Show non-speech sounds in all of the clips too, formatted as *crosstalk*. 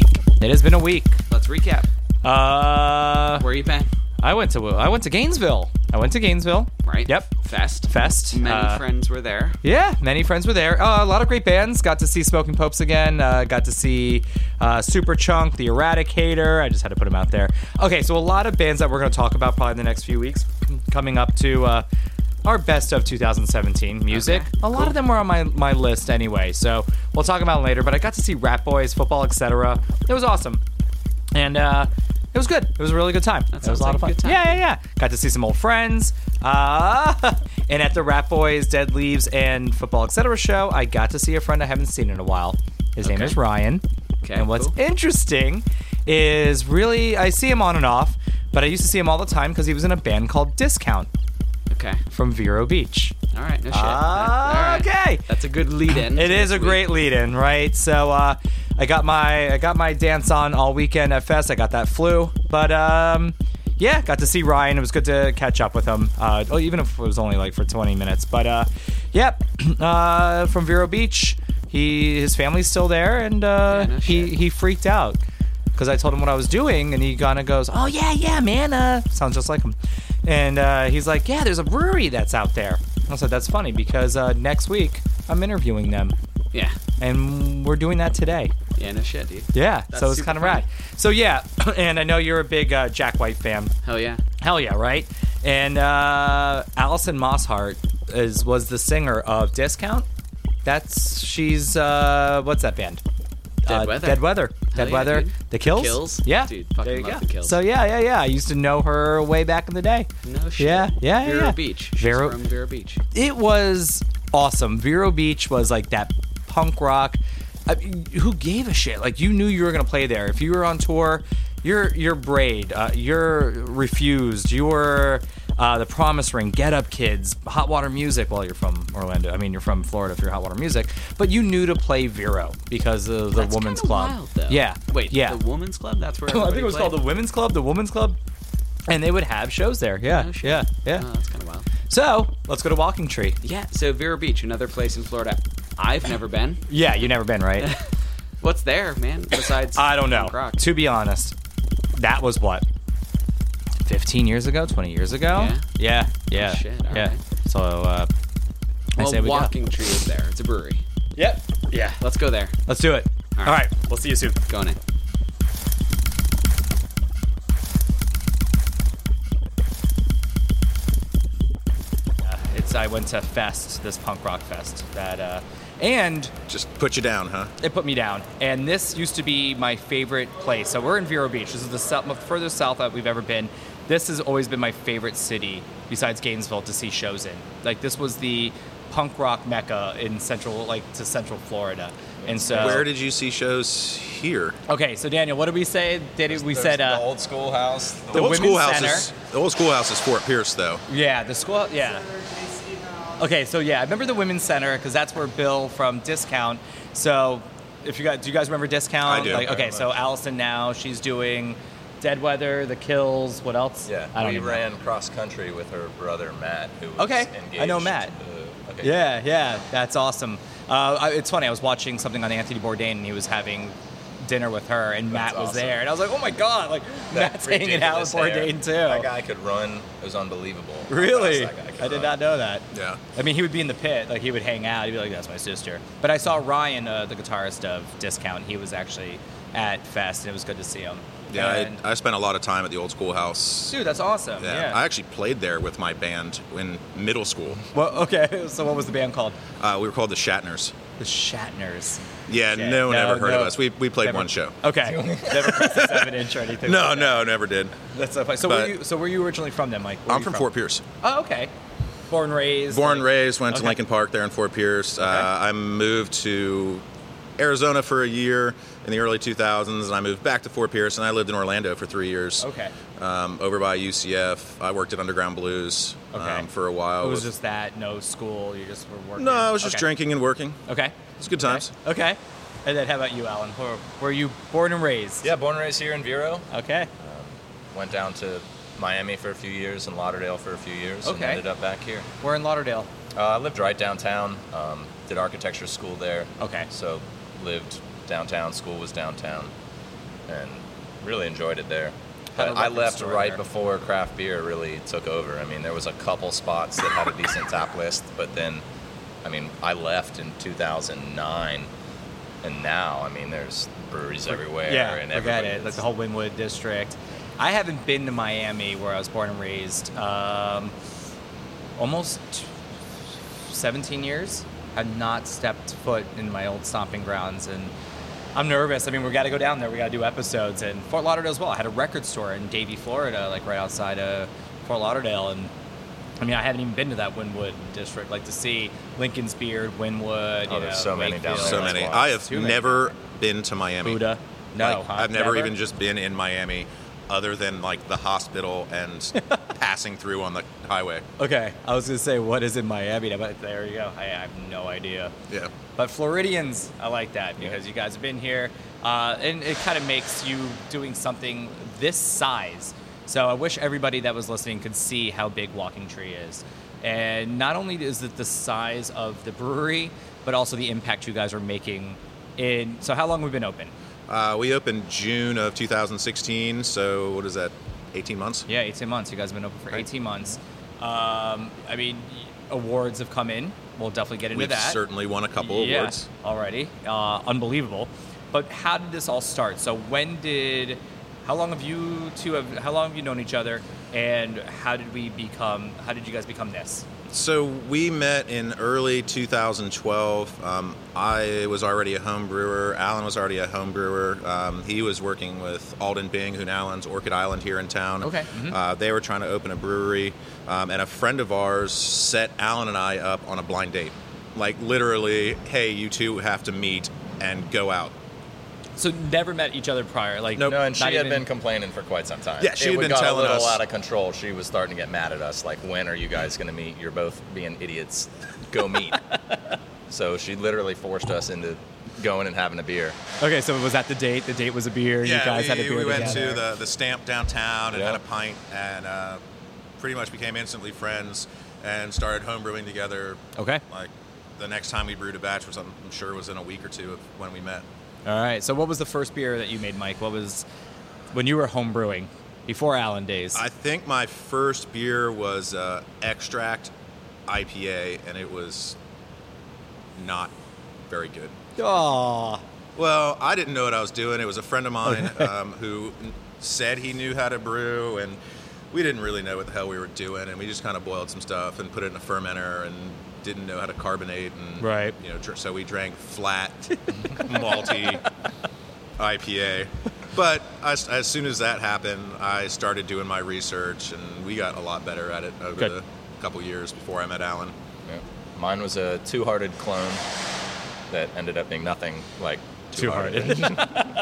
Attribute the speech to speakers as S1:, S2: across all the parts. S1: It's been a week.
S2: Let's recap.
S1: Uh,
S2: Where you been?
S1: I went to I went to Gainesville. I went to Gainesville.
S2: Right.
S1: Yep.
S2: Fest.
S1: Fest.
S2: Many
S1: Uh,
S2: friends were there.
S1: Yeah, many friends were there. Uh, a lot of great bands. Got to see Smoking Popes again. Uh, got to see uh, Superchunk, The Eradicator. I just had to put them out there. Okay, so a lot of bands that we're going to talk about probably in the next few weeks, coming up to uh, our best of 2017 music.
S2: Okay,
S1: a lot of them were on my, my list anyway, so we'll talk about them later. But I got to see Rat Boys, Football, etc. It was awesome, and uh, it was good. It was a really good time. That
S2: sounds
S1: was a lot
S2: like
S1: of
S2: a
S1: fun.
S2: good time.
S1: Yeah, yeah, yeah. Got to see some old friends. Uh, *laughs* and at the Rap Boys, Dead Leaves, and Football Etc. show, I got to see a friend I haven't seen in a while. His name
S2: Okay.
S1: is Ryan.
S2: Okay,
S1: and what's
S2: cool.
S1: interesting is really, I see him on and off, but I used to see him all the time because he was in a band called Discount
S2: Okay.
S1: from Vero Beach.
S2: All right. No shit.
S1: Ah,
S2: That- all right.
S1: okay.
S2: That's a good lead in.
S1: It is a great lead in, right? So uh, I got my I got my dance on all weekend at Fest. I got that flu, but um, yeah, got to see Ryan. It was good to catch up with him. Uh, oh, even if it was only like for 20 minutes, but uh, yep, *clears throat* uh, from Vero Beach. He his family's still there, and uh,
S2: Yeah, no
S1: he
S2: shit.
S1: he freaked out because I told him what I was doing, and he kind of goes, "Oh yeah, yeah, man, uh, sounds just like him." And uh, he's like, "Yeah, there's a brewery that's out there." I said, "That's funny because uh, next week I'm interviewing them,
S2: Yeah.
S1: and we're doing that today."
S2: Yeah. No shit, dude.
S1: Yeah,
S2: That's
S1: so it's
S2: super
S1: kind of
S2: funny.
S1: rad. So yeah, *clears throat* and I know you're a big uh, Jack White fan.
S2: Hell yeah.
S1: Hell yeah, right? And uh, Allison Mosshart is was the singer of Discount. That's she's uh, what's that band?
S2: Dead
S1: Uh,
S2: Weather.
S1: Dead Weather.
S2: Hell
S1: Dead
S2: yeah,
S1: Weather.
S2: dude.
S1: The Kills.
S2: Kills?
S1: Yeah.
S2: Dude, fucking
S1: there you
S2: love
S1: go.
S2: The Kills.
S1: So yeah, yeah, yeah. I used to know her way back in the day.
S2: No shit.
S1: Yeah, yeah,
S2: Vero
S1: yeah.
S2: Beach. She's
S1: Vero-
S2: from Vero Beach.
S1: It was awesome. Vero Beach was like that punk rock. I mean, who gave a shit? Like you knew you were gonna play there. If you were on tour, your your braid, uh, your refused, your uh, the promise ring, get up kids, hot water music. Well, you're from Orlando. I mean, you're from Florida. If you're hot water music, but you knew to play Vero because of the
S2: That's
S1: woman's
S2: kinda
S1: club.
S2: Wild, though.
S1: Yeah.
S2: Wait.
S1: *laughs* Yeah.
S2: The woman's club. That's where.
S1: I think it was called the Women's Club. The Women's Club. And they would have shows there. Yeah.
S2: No shit.
S1: yeah. Yeah.
S2: Oh, that's kind of wild.
S1: So let's go to Walking Tree.
S2: Yeah. So Vero Beach, another place in Florida. I've never been.
S1: Yeah, you never been, right?
S2: *laughs* What's there, man? Besides.
S1: I don't know.
S2: punk Rock?
S1: To be honest, that was what 15 years ago, 20 years ago.
S2: Yeah?
S1: Yeah, yeah,
S2: Oh, shit, all
S1: yeah.
S2: right.
S1: So uh, I say
S2: Well,
S1: we go.
S2: Walking Tree is there. It's a brewery.
S1: Yep. Yeah.
S2: Let's go there.
S1: Let's do it.
S2: All right.
S1: all right. We'll see you soon.
S2: Going in.
S1: Uh, it's I went to Fest, this punk rock fest that, uh, and
S3: Just put you down, huh?
S1: it put me down. And this used to be my favorite place. So we're in Vero Beach. This is the south, furthest south that we've ever been. This has always been my favorite city besides Gainesville to see shows in. Like this was the punk rock mecca in central, like to central Florida. And so,
S3: Where did you see shows here?
S1: okay, so Daniel, what did we say? Did we said uh,
S4: old school house.
S3: The, old
S1: Women's
S3: schoolhouse
S1: Center.
S3: is the old schoolhouse is Fort Pierce, though.
S1: Yeah, the school. Yeah. Okay, so yeah, I remember the women's center because that's where Bill from Discount. So, if you guys, do you guys remember Discount?
S3: I do.
S1: Like, okay, so Allison now she's doing Dead Weather, The Kills. What else?
S4: yeah,
S1: I don't
S4: we
S1: even
S4: ran cross country with her brother Matt, who was
S1: Okay,
S4: engaged.
S1: I know Matt.
S4: to- okay.
S1: Yeah, yeah, that's awesome. Uh, I, it's funny. I was watching something on Anthony Bourdain, and he was having dinner with her, and Matt
S4: That's
S1: was
S4: awesome.
S1: there, and I was like, oh my god, like
S4: That
S1: Matt's hanging out with
S4: ridiculous hair.
S1: Bourdain too.
S4: That guy could run. It was unbelievable. how fast
S1: Really?
S4: that guy could
S1: I did
S4: run.
S1: not know that.
S3: Yeah.
S1: I mean, he would be in the pit, like he would hang out. He'd be like, "That's my sister." But I saw Ryan, uh, the guitarist of Discount. He was actually at Fest, and it was good to see him.
S3: Yeah,
S1: And-
S3: I, I spent a lot of time at the old schoolhouse.
S1: dude, that's awesome.
S3: Yeah.
S1: Yeah.
S3: I actually played there with my band in middle school.
S1: well, okay. *laughs* So, what was the band called?
S3: Uh, we were called the Shatners.
S1: The Shatners.
S3: Yeah,
S1: Shit.
S3: no one
S1: No,
S3: ever heard
S1: no.
S3: of us. We, we played
S1: Never-
S3: one show.
S1: Okay. *laughs* Never pressed a seven inch or anything.
S3: No, no, never did.
S1: That's so funny. So,
S3: But-
S1: were you? So, were you originally from them, Mike? Where
S3: I'm
S1: you
S3: from Fort Pierce.
S1: Oh, okay. Born raised.
S3: Born
S1: like-
S3: raised, went
S1: Okay.
S3: to Lincoln Park there in Fort Pierce. Uh, I moved to Arizona for a year in the early 2000s, and I moved back to Fort Pierce, and I lived in Orlando for three years.
S1: Okay.
S3: Um, over by UCF, I worked at Underground Blues
S1: Okay.
S3: um, for a while.
S1: It was
S3: with-
S1: just that. No school. You just were working.
S3: no, I was just
S1: Okay.
S3: drinking and working.
S1: Okay.
S3: It's good times.
S1: Okay. And then how about you, Alan? Where were you born and raised?
S4: Yeah, born and raised here in Vero.
S1: Okay.
S4: Went down to Miami for a few years and Lauderdale for a few years, and
S1: Okay.
S4: ended up back here.
S1: We're in Lauderdale.
S4: Uh, I lived right downtown. Um, did architecture school there.
S1: Okay.
S4: So lived downtown. School was downtown. and really enjoyed it there.
S2: Had a
S4: But I
S2: record
S4: left
S2: store
S4: right
S2: there.
S4: before craft beer really took over. I mean, there was a couple spots that had a decent tap list, but then, I mean, I left in 2009, and now, I mean, there's breweries everywhere.
S1: Yeah,
S4: and
S1: forget
S4: everybody-
S1: it. Like the whole Wynwood district. I haven't been to Miami, where I was born and raised, um, almost t- 17 years. Have not stepped foot in my old stomping grounds, and I'm nervous. I mean, we got to go down there. We got to do episodes, and Fort Lauderdale as well. I had a record store in Davie, Florida, like right outside of Fort Lauderdale, and I mean, I haven't even been to that Wynwood district. Like to see Lincoln's Beard, Wynwood.
S4: Oh,
S1: you
S4: there's
S1: know,
S4: so many down
S1: Wakefield,
S4: there.
S3: so
S4: that's
S3: many.
S4: wild.
S3: I have
S1: Too many.
S3: never been to Miami.
S1: Buddha. No,
S3: Like,
S1: huh?
S3: I've never, even just been in Miami, other than like the hospital and
S1: *laughs*
S3: passing through on the highway.
S1: Okay, I was gonna say what is in Miami, but there you go. I have no idea.
S3: Yeah.
S1: But Floridians, I like that because you guys have been here, uh, and it kind of makes you doing something this size. So I wish everybody that was listening could see how big Walking Tree is, and not only is it the size of the brewery, but also the impact you guys are making. In so how long we've been open?
S3: Uh, we opened June of 2016, so what is that? 18 months.
S1: Yeah, 18 months. You guys have been open for 18 months. Um, I mean, awards have come in. We'll definitely get into
S3: We've
S1: that.
S3: certainly won a couple
S1: Yeah,
S3: awards.
S1: already. Uh, unbelievable. But how did this all start? So when did? How long have you two have? How long have you known each other? And how did we become? How did you guys become this?
S3: So we met in early 2012. Um, I was already a home brewer. Alan was already a home brewer. Um, he was working with Alden Bing, who now owns Orchid Island here in town.
S1: Okay. Mhm.
S3: Uh, they were trying to open a brewery, um, and a friend of ours set Alan and I up on a blind date. Like literally, hey, you two have to meet and go out.
S1: So never met each other prior. Like
S3: Nope.
S4: No, and she
S1: not
S4: had
S1: even-
S4: been complaining for quite some time.
S3: Yeah, she
S4: It
S3: had been
S4: got
S3: telling
S4: a little
S3: us-
S4: out of control. She was starting to get mad at us, like, "When are you guys going to meet? You're both being idiots. Go
S3: *laughs*
S4: meet." so she literally forced us into going and having a beer.
S1: Okay, so was that the date? The date was a beer. you guys
S3: we,
S1: had a beer
S3: we went
S1: together.
S3: to the, the stamp downtown and
S4: Yeah.
S3: had a pint and uh, pretty much became instantly friends and started homebrewing together.
S1: Okay.
S3: Like the next time we brewed a batch was I'm I'm sure was in a week or two of when we met.
S1: All right. So what was the first beer that you made, Mike? What was when you were home brewing before Allen days?
S3: I think my first beer was uh, extract IPA and it was not very good.
S1: Aw.
S3: Well, I didn't know what I was doing. It was a friend of mine um, who n- said he knew how to brew, and we didn't really know what the hell we were doing. And we just kind of boiled some stuff and put it in a fermenter, and didn't know how to carbonate. And
S1: Right.
S3: you know, dr- so we drank flat, *laughs* malty IPA. But as, as soon as that happened, I started doing my research, and we got a lot better at it over
S1: Good.
S3: the couple years before I met Alan.
S4: Yeah. Mine was a two-hearted clone that ended up being nothing like two-hearted.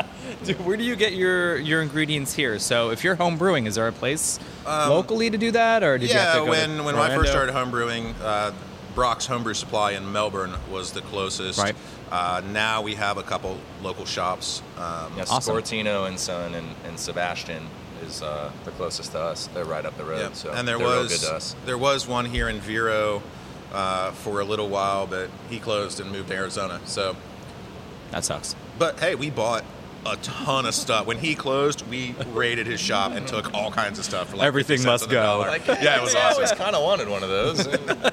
S1: *laughs* Dude, where do you get your your ingredients here? So if you're home brewing, is there a place locally to do that, or did you have
S3: Um, yeah,
S1: to go
S3: when
S1: to
S3: when I first
S1: Orlando?
S3: started homebrewing, uh, Brock's Homebrew Supply in Melbourne was the closest.
S1: Right.
S3: Uh, now we have a couple local shops. Um,
S4: yeah,
S1: Awesome.
S4: Scortino and Son and, and Sebastian is uh, the closest to us. They're right up the road.
S3: yeah.
S4: So
S3: and there
S4: they're real
S3: was
S4: good to us.
S3: there was one here in Vero uh, for a little while, but he closed and moved to Arizona. So,
S1: That sucks.
S3: but hey, we bought a ton of stuff when he closed. We raided his shop and took all kinds of stuff. For like
S1: Everything
S3: 50 cents
S1: must
S3: on the
S1: go.
S3: dollar. *laughs*
S4: Like, *laughs*
S3: yeah, it was
S4: I always
S3: awesome.
S4: kind of wanted one of those.
S3: *laughs*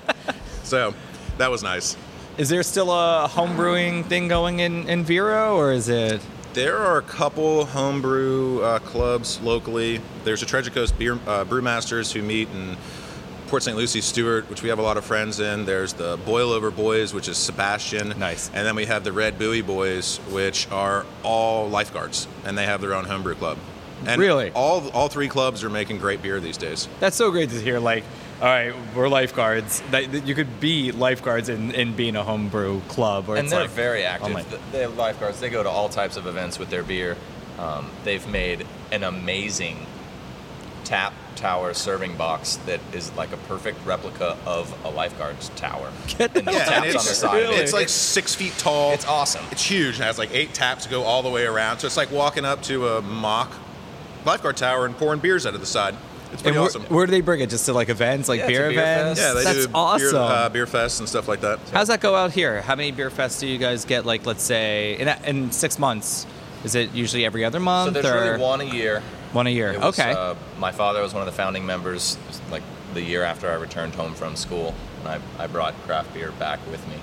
S3: So that was nice.
S1: Is there still a home brewing thing going in in Vero, or is it?
S3: There are a couple homebrew uh, clubs locally. There's a Treasure Coast beer, uh, Brewmasters who meet in Port St. Lucie, Stewart, which we have a lot of friends in. There's the Boil Over Boys, which is Sebastian.
S1: Nice.
S3: And then we have the Red Buoy Boys, which are all lifeguards, and they have their own homebrew club. And
S1: Really?
S3: All, all three clubs are making great beer these days.
S1: That's so great to hear. Like, all right, we're lifeguards. That, that you could be lifeguards in, in being a home brew club, or
S4: and
S1: it's
S4: they're
S1: like, oh
S4: very active.
S1: I'm like-
S4: Th- they're lifeguards. They go to all types of events with their beer. Um, they've made an amazing tap tower serving box that is like a perfect replica of a lifeguard's tower. and the
S3: Yeah, and
S4: taps on the
S3: it's,
S4: side. of it.
S3: it's like six feet tall.
S4: it's awesome.
S3: It's huge. It has like eight taps to go all the way around. So it's like walking up to a mock lifeguard tower and pouring beers out of the side.
S1: And
S3: It's pretty
S1: where,
S3: awesome.
S1: where do they bring it? Just to like events, like
S4: Yeah, to
S1: beer,
S4: beer fest.
S1: events.
S3: yeah, they
S1: That's
S3: do
S1: awesome.
S3: beer, uh, beer fests and stuff like that.
S1: How's that go out here? How many beer fests do you guys get? Like, let's say in, in six months, Is it usually every other month
S4: So there's
S1: or
S4: really one a year.
S1: one a year?
S4: It was,
S1: okay.
S4: Uh, my father was one of the founding members. It was, Like the year after I returned home from school, and I, I brought craft beer back with me.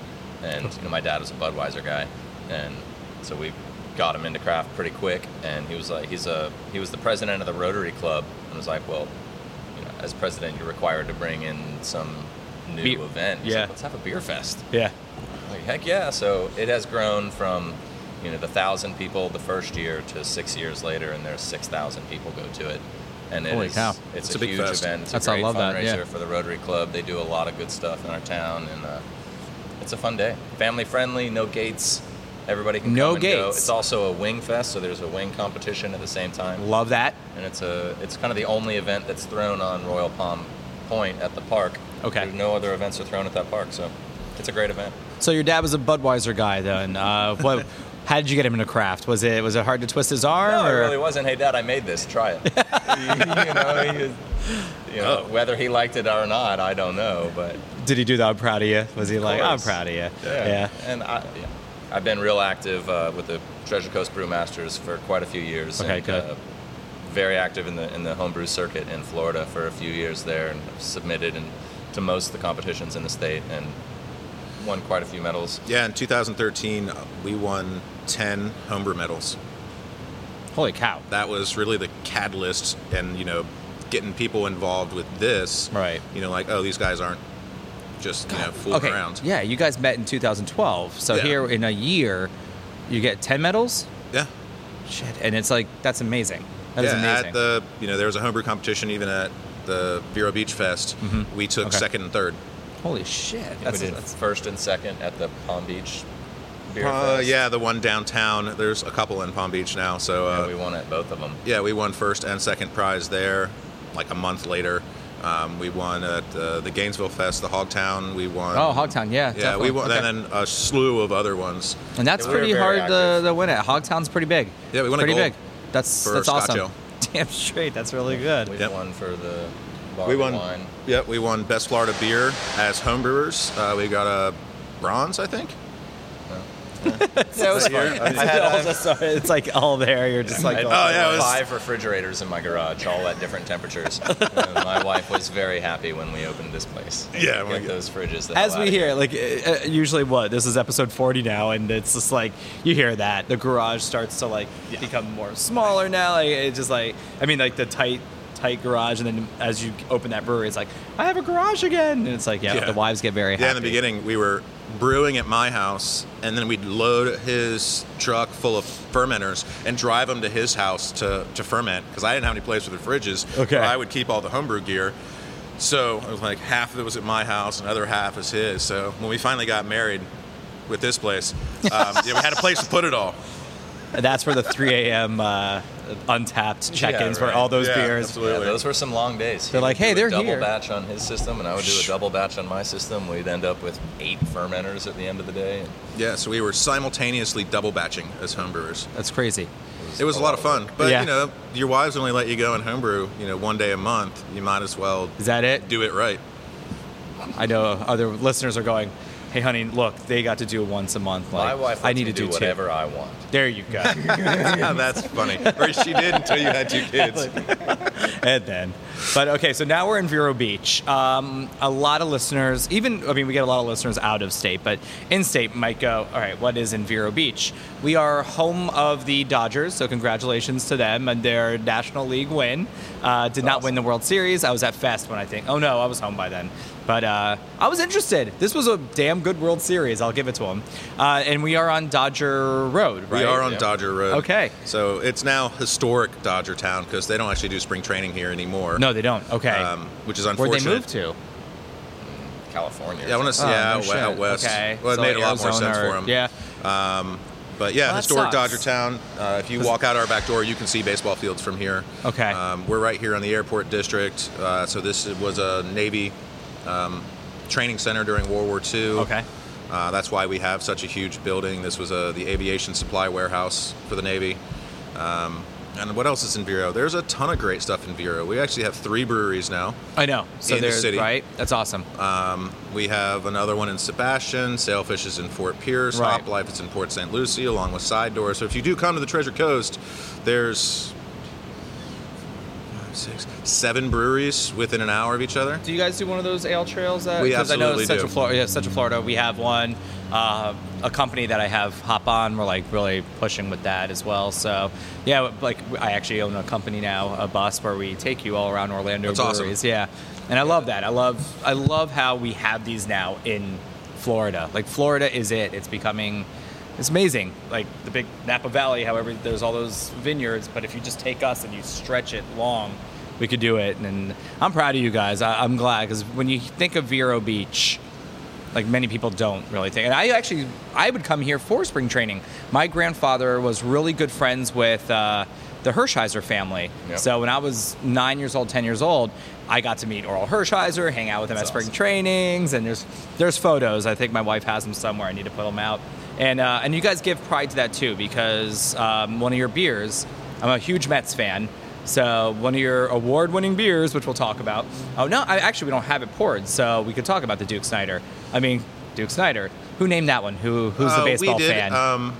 S4: And you know, my dad was a Budweiser guy, and so we got him into craft pretty quick. And he was like, he's a he was the president of the Rotary Club, and was like, well, you know, as president, you're required to bring in some new
S1: Beer.
S4: event. He's like,
S1: Yeah.
S4: Let's have a beer fest.
S1: yeah.
S4: Like, heck yeah. So it has grown from, you know, the thousand people the first year to six years later, and there's 6,000 people go to it. And it
S1: Holy
S4: is-
S1: cow.
S4: it's
S3: That's
S4: a,
S3: a big
S4: huge
S3: fest.
S4: event. It's
S1: That's-
S4: a
S1: I
S4: great
S1: love that,
S4: fundraiser
S1: yeah.
S4: for the Rotary Club. They do a lot of good stuff in our town, and uh, it's a fun day. Family friendly, no gates. Everybody can
S1: No
S4: come and go.
S1: gates.
S4: It's also a wing fest, so there's a wing competition at the same time
S1: Love that.
S4: and it's a it's kind of the only event that's thrown on Royal Palm Point at the park.
S1: Okay.
S4: There's no other events are thrown at that park, so it's a great event.
S1: So your dad was a Budweiser guy then. Uh,
S4: *laughs*
S1: what? How did you get him into craft? Was it was it hard to twist his arm?
S4: No,
S1: or?
S4: it really wasn't. Hey, Dad, I made this.
S1: *laughs*
S4: Try it. you know, he was, you know
S3: Oh.
S4: whether he liked it or not, I don't know, but
S1: Did he do that? I'm proud of you. Was he like, I'm
S4: course.
S1: proud of you?
S4: yeah. And I, yeah. I've been real active uh, with the Treasure Coast Brewmasters for quite a few years.
S1: Okay,
S4: and,
S1: good.
S4: Uh, very active in the in the homebrew circuit in Florida for a few years there, and I've submitted and to most of the competitions in the state, and won quite a few medals.
S3: Yeah, in 2013, uh, we won 10 homebrew medals.
S1: Holy cow.
S3: That was really the catalyst, and you know, getting people involved with this.
S1: Right.
S3: You know, like oh, these guys aren't just you know fooling
S1: okay.
S3: around.
S1: Yeah, you guys met in 2012. So
S3: Yeah.
S1: here in a year, you get 10 medals.
S3: Yeah.
S1: Shit. And it's like, that's amazing. That is
S3: yeah,
S1: amazing.
S3: at the you know there was a homebrew competition even at the Vero Beach Fest. We took
S1: Mm-hmm. Okay.
S3: second and third.
S1: Holy shit.
S4: That's,
S1: That's,
S4: we did
S1: that's-
S4: first and second at the Palm Beach Beer
S3: Uh,
S4: Fest.
S3: yeah, the one downtown. There's a couple in Palm Beach now. So uh,
S4: and we won at both of them.
S3: yeah, we won first and second prize there. Like a month later, um, we won at uh, the Gainesville Fest, the Hogtown. We won.
S1: oh, Hogtown. Yeah.
S3: Yeah,
S1: definitely.
S3: we won,
S1: Okay.
S3: and then a slew of other ones.
S1: And that's
S4: Yeah, we were
S1: pretty
S4: very
S1: hard to,
S4: active.
S1: to win at. Hogtown's pretty big.
S3: Yeah, we won a
S1: Pretty
S3: gold
S1: big. That's
S3: for
S1: that's
S3: Scotch
S1: awesome.
S3: Ale.
S1: *laughs* Damn straight. That's really good.
S4: We
S3: *laughs* Yep.
S4: won for the bottle
S3: We won.
S4: wine.
S3: Yep, we won best Florida beer as homebrewers. Uh, we got a bronze, I think.
S4: Yeah, it was fun.
S3: year.
S4: I had,
S1: all
S4: uh,
S1: just saw- *laughs* it's like all there. You're just like,
S4: I had
S1: oh,
S3: Oh, yeah, it was-
S4: five refrigerators in my garage, all at
S3: *laughs*
S4: different temperatures. And my wife was very happy when we opened this place.
S3: Yeah, when we
S4: get
S3: get-
S4: those fridges. the
S1: as
S4: hell
S1: we
S4: outta
S1: hear, like uh, uh, usually what this is episode forty now, and it's just like you hear that the garage starts to like become more smaller now. Like it's just like I mean, like the tight, tight garage, and then as you open that brewery, it's like I have a garage again, and it's like yeah,
S3: Yeah.
S1: the wives get very
S3: Yeah,
S1: happy.
S3: in the beginning, we were brewing at my house, and then we'd load his truck full of fermenters and drive them to his house to, to ferment because I didn't have any place with the fridges.
S1: Okay.
S3: But I would keep all the homebrew gear. So it was like half of it was at my house, and the other half was his. So when we finally got married with this place, um, yeah, we had a place to put it all.
S1: That's where the three a.m. Uh, untapped check-ins
S4: right.
S1: were all those
S3: Yeah,
S1: beers.
S4: Yeah,
S3: absolutely.
S4: those were some long days. He
S1: They're
S4: would
S1: like, "Hey,
S4: do
S1: they're
S4: a double
S1: here."
S4: batch on his system, and I would do a double batch on my system. We'd end up with eight fermenters at the end of the day.
S3: Yeah, so we were simultaneously double batching as homebrewers.
S1: That's crazy.
S3: It was a lot of fun, but
S1: Yeah.
S3: you know, your wives only let you go in homebrew, you know, one day a month. You might as well
S1: Is that it?
S3: do it right.
S1: I know other listeners are going, "Hey, honey, look, they got to do it once a month. Like,
S4: my wife,
S1: I
S4: lets
S1: need
S4: me
S1: to do, two."
S4: whatever I want.
S1: There you go.
S3: *laughs* That's funny. Or she did until you had two
S1: *laughs*
S3: kids.
S1: and then. But okay, so now we're in Vero Beach. Um, a lot of listeners, even I mean, we get a lot of listeners out of state, but in state might go, all right, what is in Vero Beach? We are home of the Dodgers, so congratulations to them and their National League win. Uh, did not win the World Series. I was at Fest when I think. Oh no, I was home by then. But uh, I was interested. This was a damn good World Series. I'll give it to them. Uh, and we are on Dodger Road, right?
S3: We are on
S4: yeah.
S3: Dodger Road.
S1: Okay.
S3: So it's now historic Dodger Town because they don't actually do spring training here anymore.
S1: No, they don't. Okay.
S3: Um, which is
S1: Where'd
S3: unfortunate.
S1: they move to?
S4: California. or
S3: Yeah, I want to
S4: something.
S3: see. yeah,
S1: Oh, no
S3: out-
S1: shit.
S3: out west.
S1: Okay.
S3: Well, it
S1: So,
S3: made
S1: like,
S3: a lot more
S1: Arizona
S3: sense
S1: or-
S3: for them.
S1: Yeah.
S3: But yeah,
S1: Well, that
S3: historic
S1: sucks.
S3: Dodger Town. Uh, if you walk out our back door, you can see baseball fields from here.
S1: Okay.
S3: Um, we're right here in the airport district. Uh, so this was a Navy um, training center during World War II.
S1: Okay.
S3: Uh, that's why we have such a huge building. This was uh the aviation supply warehouse for the Navy. Um, And what else is in Vero? There's a ton of great stuff in Vero. We actually have three breweries now.
S1: I know. So
S3: In the
S1: there's
S3: city.
S1: right. That's awesome.
S3: Um, we have another one in Sebastian. Sailfish is in Fort Pierce.
S1: Right.
S3: Hop Life is in Port St. Lucie, along with Side Door. So if you do come to the Treasure Coast, there's five, six, seven breweries within an hour of each other.
S1: Do you guys do one of those ale trails?
S3: We
S1: Because I know
S3: absolutely
S1: Central
S3: do.
S1: Florida, yeah, Central Florida, we have one. Uh, a company that I have hop on, we're like really pushing with that as well. So yeah, like I actually own a company now, a bus where we take you all around Orlando
S3: That's awesome.
S1: breweries. Yeah, and I love that. I love I love how we have these now in Florida. Like Florida is it. It's becoming. It's amazing, like the big Napa Valley. However, there's all those vineyards, but if you just take us and you stretch it long, we could do it. And I'm proud of you guys. I, I'm glad because when you think of Vero Beach, like many people don't really think. And I actually, I would come here for spring training. My grandfather was really good friends with uh, the Hershiser family.
S4: Yep.
S1: So when I was nine years old, ten years old, I got to meet Oral Hershiser, hang out with him
S4: That's
S1: at spring
S4: awesome.
S1: trainings, and there's there's photos. I think my wife has them somewhere. I need to put them out. And uh, and you guys give pride to that too because um, one of your beers. I'm a huge Mets fan. So one of your award-winning beers, which we'll talk about. Oh no, I, actually we don't have it poured, so we could talk about the Duke Snyder. I mean, Duke Snyder. Who named that one? Who who's
S3: Uh,
S1: the baseball
S3: we did,
S1: fan?
S3: Um,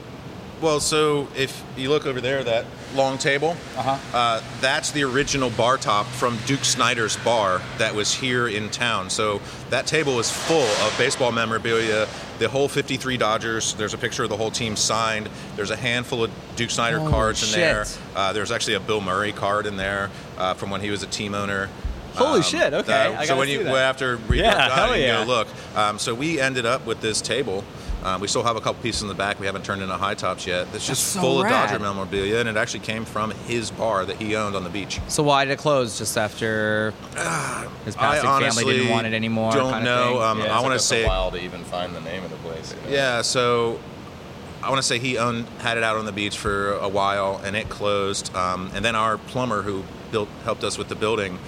S3: well, so if you look over there, that long table,
S1: Uh-huh.
S3: uh, that's the original bar top from Duke Snyder's bar that was here in town. So that table is full of baseball memorabilia. The whole 53 Dodgers, there's a picture of the whole team signed. There's a handful of Duke Snyder
S1: Oh,
S3: cards
S1: shit.
S3: in there. Uh, there's actually a Bill Murray card in there uh, from when he was a team owner. Um, uh,
S1: Holy shit, okay, I gotta
S3: so when
S1: see
S3: you
S1: that.
S3: after we
S1: Yeah,
S3: got done,
S1: hell
S3: you
S1: yeah.
S3: go look look. Um, so we ended up with this table. Um, we still have a couple pieces in the back. We haven't turned into high tops yet. That's just
S1: That's so
S3: full
S1: rad.
S3: of Dodger memorabilia, and it actually came from his bar that he owned on the beach.
S1: so why did it close just
S3: *sighs*
S1: after his
S3: I
S1: passing
S3: honestly
S1: family didn't want it anymore?
S3: don't
S1: kind of
S3: know.
S1: thing?
S3: Um,
S4: Yeah, it
S3: I
S4: took
S3: want to
S4: us
S3: say,
S4: a while to even find the name of the place. you know?
S3: yeah. So I want to say he owned had it out on the beach for a while, and it closed. Um, and then our plumber who built helped us with the building.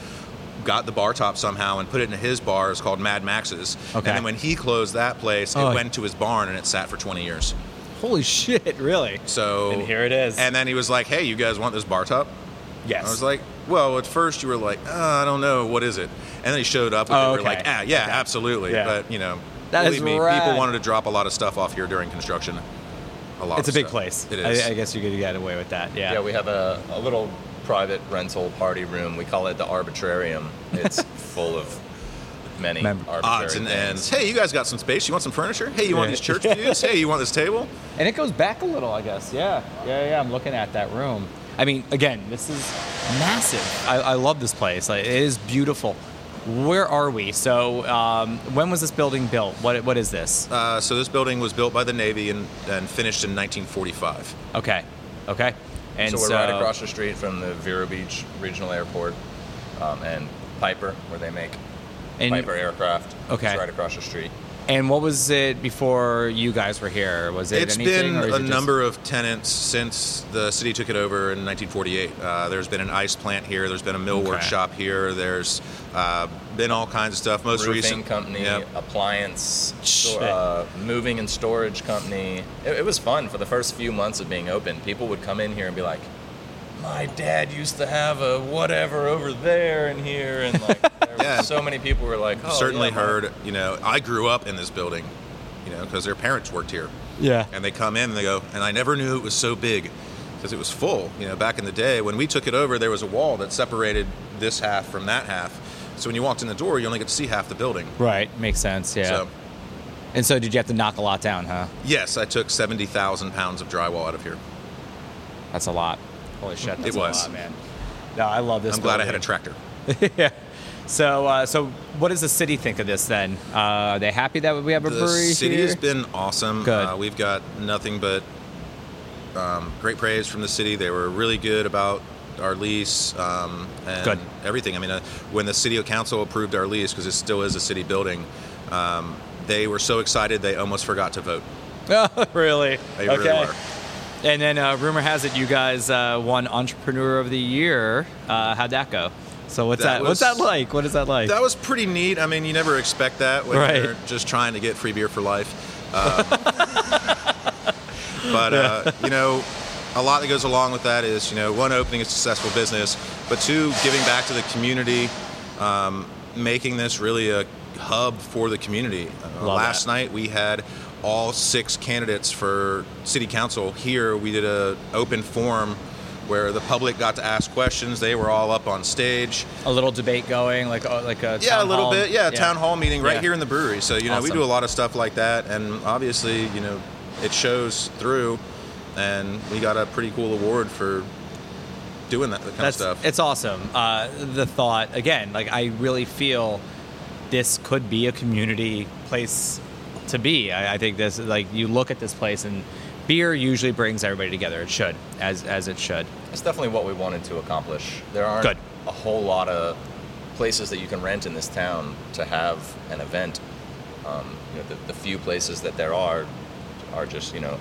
S3: Got the bar top somehow and put it into his bar. It's called Mad Max's. And
S1: Okay.
S3: then when he closed that place,
S1: Oh.
S3: it went to his barn and it sat for 20 years.
S1: Holy shit! Really?
S3: So
S1: And here it is.
S3: And then he was like, "Hey, you guys want this bar top?"
S1: Yes.
S3: I was like, "Well, at first you were like, uh, I don't know, what is it?" And then he showed up, and
S1: Oh,
S3: we were
S1: okay.
S3: like, "Ah, yeah, absolutely."
S1: Yeah.
S3: But you know,
S1: That is
S3: believe me,
S1: rad.
S3: people wanted to drop a lot of stuff off here during construction. A lot.
S1: it's a
S3: of
S1: big
S3: stuff.
S1: place.
S3: It is.
S1: I, I guess you could get away with that. Yeah.
S4: Yeah, we have a, a little private rental party room. We call it the Arbitrarium.
S1: *laughs*
S4: It's full of many
S1: Mem-
S4: arbitrary
S3: Odds and
S4: things.
S3: ends. Hey, you guys got some space? You want some furniture? Hey, you want
S1: Yeah.
S3: these church
S1: *laughs*
S3: views? Hey, you want this table?
S1: And it goes back a little, I guess. Yeah, yeah, yeah. I'm looking at that room. I mean, again, this is massive. I, I love this place. Like, it is beautiful. Where are we? So, um, when was this building built? What what is this?
S3: Uh, so this building was built by the Navy and, and finished in 1945.
S1: Okay, okay. And
S4: so
S1: so,
S4: we're right across the street from the Vero Beach Regional Airport um, and Piper, where they make
S1: And-
S4: Piper aircraft.
S1: Okay.
S4: It's right across the street.
S1: And what was it before you guys were here? Was it
S3: It's
S1: anything?
S3: been
S1: or is
S3: a
S1: it just-
S3: number of tenants since the city took it over in 1948. Uh, there's been an ice plant here. There's been a mill
S1: Okay.
S3: workshop here. There's uh, been all kinds of stuff. Most
S4: Roofing
S3: recent
S4: company,
S3: Yep.
S1: Oh,
S4: appliance,
S1: Shit.
S4: store, uh, moving and storage company. It, it was fun for the first few months of being open. People would come in here and be like, "My dad used to have a whatever over there and here," and like, there
S3: *laughs*
S4: were
S3: Yeah.
S4: so many people were like, oh,
S3: Certainly
S4: yeah, my-
S3: heard. You know, I grew up in this building. You know, because their parents worked here,
S1: Yeah.
S3: and they come in and they go, and I never knew it was so big because it was full. You know, back in the day when we took it over, there was a wall that separated this half from that half. So when you walked in the door, you only could see half the building.
S1: Right, makes sense. Yeah.
S3: So,
S1: and so, did you have to knock a lot down? Huh.
S3: yes, I took seventy thousand pounds of drywall out of here.
S1: That's a lot. Holy shit. That's a
S3: was.
S1: lot, man. No, I love this.
S3: I'm glad I had a
S1: building.
S3: tractor.
S1: yeah. So, uh, so what does the city think of this then? Uh, are they happy that we have a
S3: The
S1: brewery
S3: city
S1: here? *laughs*
S3: has been awesome.
S1: Good.
S3: Uh, we've got nothing but um, great praise from the city. They were really good about our lease um, and
S1: Good.
S3: everything. I mean, uh, when the city council approved our lease, because it still is a city building, um, they were so excited they almost forgot to vote.
S1: Oh, really?
S3: They
S1: okay.
S3: really were.
S1: And then uh, rumor has it you guys uh, won Entrepreneur of the Year. Uh, how'd that go? So what's that?
S3: That
S1: what's
S3: was-
S1: that like? What is that like?
S3: That was pretty neat. I mean, you never expect that when
S1: Right.
S3: you're just trying to
S1: *laughs*
S3: get *laughs* free beer for life. Um, but uh, you know, a lot that goes along with that is, you know, one, opening a successful business, but two, giving back to the community, um, making this really a hub for the community. Uh,
S1: Love
S3: last
S1: that.
S3: night we had all six candidates for city council here. We did a open forum where the public got to ask questions. They were all up on stage.
S5: a little debate going, like
S1: oh,
S5: uh, like a
S3: Yeah, a
S5: town
S3: little
S5: hall.
S3: bit. Yeah, town hall meeting right
S5: Yeah.
S3: here in the brewery. So you know we
S5: Awesome.
S3: do a lot of stuff like that, and obviously you know it shows through, and we got a pretty cool award for doing that kind
S1: That's
S3: of stuff.
S1: it's awesome. Uh, the thought again, like I really feel this could be a community place to be. I, I think this like you look at this place and beer usually brings everybody together. It should, as as it should.
S4: That's definitely what we wanted to accomplish. There aren't
S1: Good.
S4: a whole lot of places that you can rent in this town to have an event. Um, you know, the, the few places that there are are just you know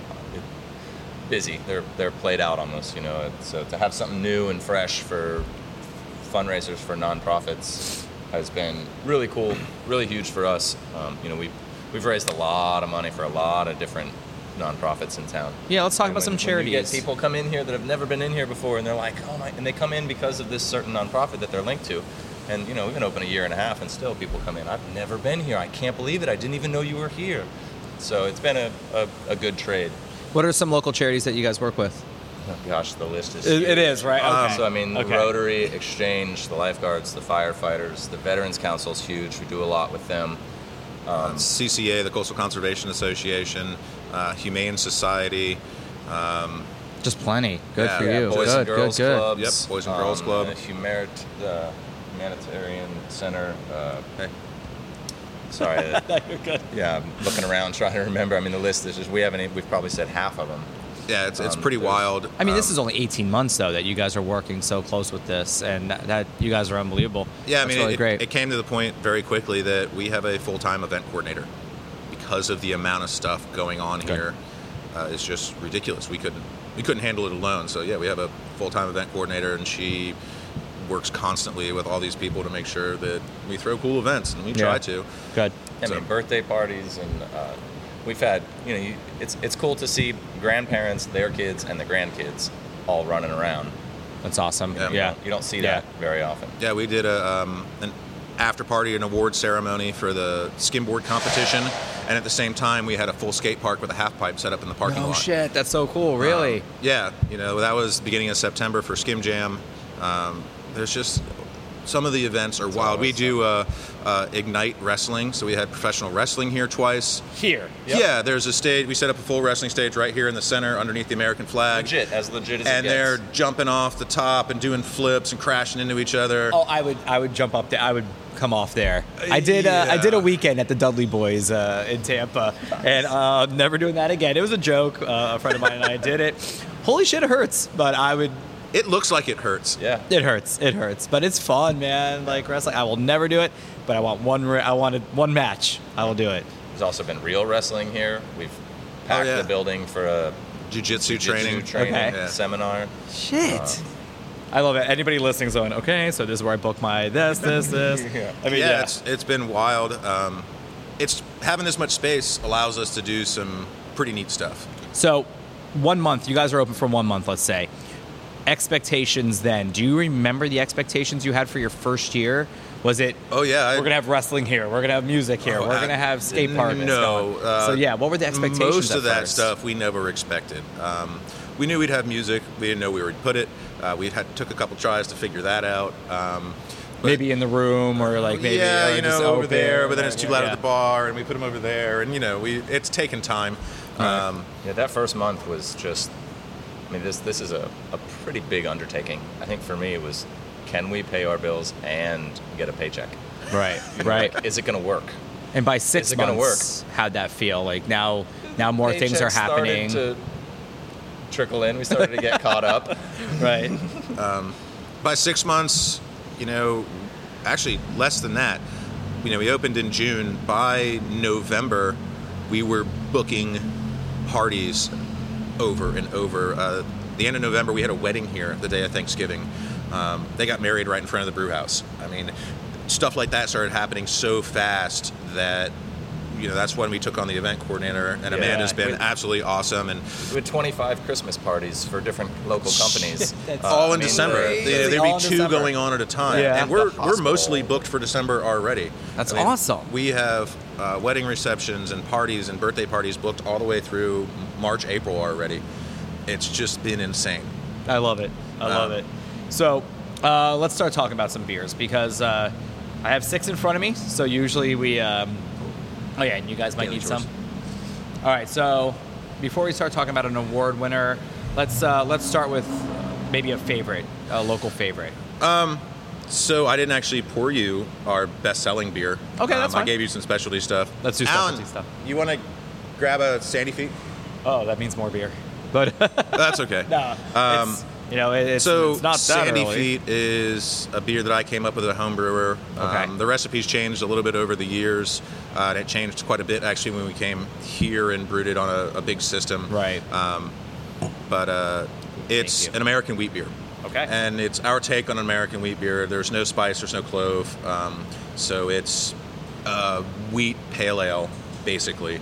S4: busy. They're they're played out almost. You know, so to have something new and fresh for fundraisers for nonprofits has been really cool, really huge for us. Um, you know, we we've raised a lot of money for a lot of different nonprofits in town.
S1: Yeah, let's talk
S4: And
S1: about some
S4: when- when you
S1: charities.
S4: get people come in here that have never been in here before, and they're like, "Oh my!" And they come in because of this certain nonprofit that they're linked to. And you know, we've been open a year and a half, and still people come in. I've never been here. I can't believe it. I didn't even know you were here. So it's been a, a, a good trade.
S1: What are some local charities that you guys work with?
S4: Oh, gosh, the list is.
S5: It, it
S4: huge.
S5: is right.
S4: Um,
S5: Okay.
S4: so I mean, the
S5: Okay.
S4: Rotary, Exchange, the lifeguards, the firefighters, the Veterans Council is huge. We do a lot with them.
S3: Um, CCA, the Coastal Conservation Association, uh, Humane Society.
S1: Just plenty. Good
S3: Yeah,
S1: for
S3: yeah,
S1: you.
S4: Boys
S1: good,
S4: and Girls
S1: good, good.
S4: Clubs.
S3: Yep, Boys and Girls Club.
S4: The Humanit- the Humanitarian Center. Uh,
S3: Hey.
S4: Sorry.
S3: *laughs*
S4: You're good. Yeah, I'm looking around *laughs* trying to remember. I mean, the list is just, we haven't, even- we've probably said half of them.
S3: Yeah, it's, it's
S4: Um,
S3: pretty
S4: there's-
S3: wild.
S1: I mean, this
S3: Um,
S1: is only 18 months though that you guys are working so close with this, and that, that you guys are unbelievable.
S3: Yeah, I
S1: That's
S3: mean,
S1: really
S3: it,
S1: great.
S3: it came to the point very quickly that we have a full time event coordinator because of the amount of stuff going on here. Uh, it's just ridiculous. We couldn't we couldn't handle it alone. So yeah, we have a full time event coordinator, and she works constantly with all these people to make sure that we throw cool events, and we
S1: Yeah.
S3: try to.
S1: good.
S4: I
S3: So-
S4: mean, birthday parties, and uh, we've had, you know, you, it's, it's cool to see grandparents, their kids, and the grandkids all running around.
S1: That's awesome.
S3: Yeah.
S1: Yeah.
S4: You don't, you don't see that very often.
S3: Yeah, we did a um, an after party and award ceremony for the skimboard competition, and at the same time, we had a full skate park with a half pipe set up in the parking
S1: Oh
S3: lot.
S1: shit, that's so cool. Really.
S3: Um, yeah, you know that was beginning of September for Skim Jam. Um, there's just some of the events are wild. We
S4: always
S3: do uh, uh, Ignite Wrestling, so we had professional wrestling here twice.
S5: here.
S3: Yeah, there's a stage. We set up a full wrestling stage right here in the center, underneath the American flag.
S4: Legit, as legit as
S3: And
S4: it
S3: they're
S4: gets.
S3: jumping off the top and doing flips and crashing into each other.
S1: Oh, I would I would jump up there. I would come off there. I did uh, I did a
S3: Yeah.
S1: weekend at the Dudley Boys uh, in Tampa, and uh, I'm never doing that again. It was a joke. Uh, a friend of mine and I did it. Holy shit, it hurts. But I would.
S3: It looks like it hurts.
S4: Yeah.
S1: It hurts. It hurts. But it's fun, man. Like wrestling, I will never do it. But I want one. Re- I wanted one match. I will do it.
S4: There's also been real wrestling here. We've packed
S3: Oh, yeah.
S4: the building for a
S3: Jiu-jitsu,
S4: jiu-jitsu
S3: training.
S4: training
S1: Okay.
S3: Yeah.
S4: seminar.
S1: Shit. I love it. Anybody listening is going, okay, so this is where I book my this, this, this.
S4: Yeah.
S1: I mean, *laughs*
S3: yeah,
S1: yeah.
S3: It's, it's been wild. Um, it's having this much space allows us to do some pretty neat stuff.
S1: So, one month, you guys are open for one month, let's say. Expectations then. Do you remember the expectations you had for your first year? Was it,
S3: Oh yeah, I-
S1: we're going to have wrestling here, we're going to have music here,
S3: Oh,
S1: we're
S3: I-
S1: going to have skate park? and
S3: No, uh,
S1: so on? so, yeah, what were the expectations?
S3: Most
S1: at
S3: of that
S1: first?
S3: stuff we never expected. Um, we knew we'd have music. We didn't know where we'd put it. Uh, we had took a couple tries to figure that out. Um, but-
S1: Maybe in the room or like maybe
S3: yeah,
S1: or
S3: you
S1: just
S3: know, over
S1: open
S3: there.
S1: or
S3: But then it's too
S1: whatever,
S3: loud
S1: yeah.
S3: at the bar, and we put them over there. And you know, we it's taken time. Um,
S4: Yeah, that first month was just. I mean, this this is a, a pretty big undertaking. I think for me, it was, can we pay our bills and get a paycheck?
S1: Right, right.
S4: Like, is it going to work?
S1: And by six
S4: Is it gonna
S1: months, how'd that feel? Like now, now more things are
S4: Paychecks started
S1: happening.
S4: to trickle in. We started to get caught up.
S1: Right.
S3: by six months, you know, actually less than that. You know, we opened in June. By November, we were booking parties over and over. Uh, the end of November, we had a wedding here the day of Thanksgiving. Um, they got married right in front of the brew house. I mean, stuff like that started happening so fast that you know that's when we took on the event coordinator, and Amanda's been
S4: With-
S3: absolutely awesome. And
S4: with 25 Christmas parties for different local companies.
S1: *laughs* That's
S3: all in
S4: Uh, I mean,
S3: December,
S4: they-
S3: You know,
S4: they-
S3: there'd be
S4: all in
S3: two
S4: December.
S3: going on at a time,
S6: Yeah.
S3: and we're
S4: The
S3: we're mostly
S4: hospital.
S3: booked for December already.
S6: That's awesome.
S3: We have uh, wedding receptions and parties and birthday parties booked all the way through March, April already. It's just been insane.
S1: I love it. I love it. So uh, let's start talking about some beers because uh, I have six in front of me. So usually we. Um, oh yeah, and you guys might
S3: Daily
S1: need
S3: chores.
S1: some. All right. So before we start talking about an award winner, let's uh, let's start with maybe a favorite, a local favorite.
S3: So I didn't actually pour you our best-selling beer. Um,
S1: Okay, that's
S3: I
S1: fine.
S3: gave you some specialty stuff.
S1: Let's do
S3: Alan,
S1: specialty stuff.
S3: You want to grab a sandy feet?
S1: Oh, that means more beer. But *laughs*
S3: That's okay.
S1: no,
S3: Um,
S1: it's, you know, it- it's,
S3: so
S1: it's not that
S3: Sandy
S1: early.
S3: Feet is a beer that I came up with at a home brewer.
S1: Okay.
S3: Um, the recipe's changed a little bit over the years, uh, and it changed quite a bit actually when we came here and brewed it on a, a big system.
S1: Right.
S3: Um, but uh, it's
S1: you.
S3: an American wheat beer.
S1: Okay.
S3: And it's our take on an American wheat beer. There's no spice. There's no clove. Um, so it's uh, wheat pale ale, basically.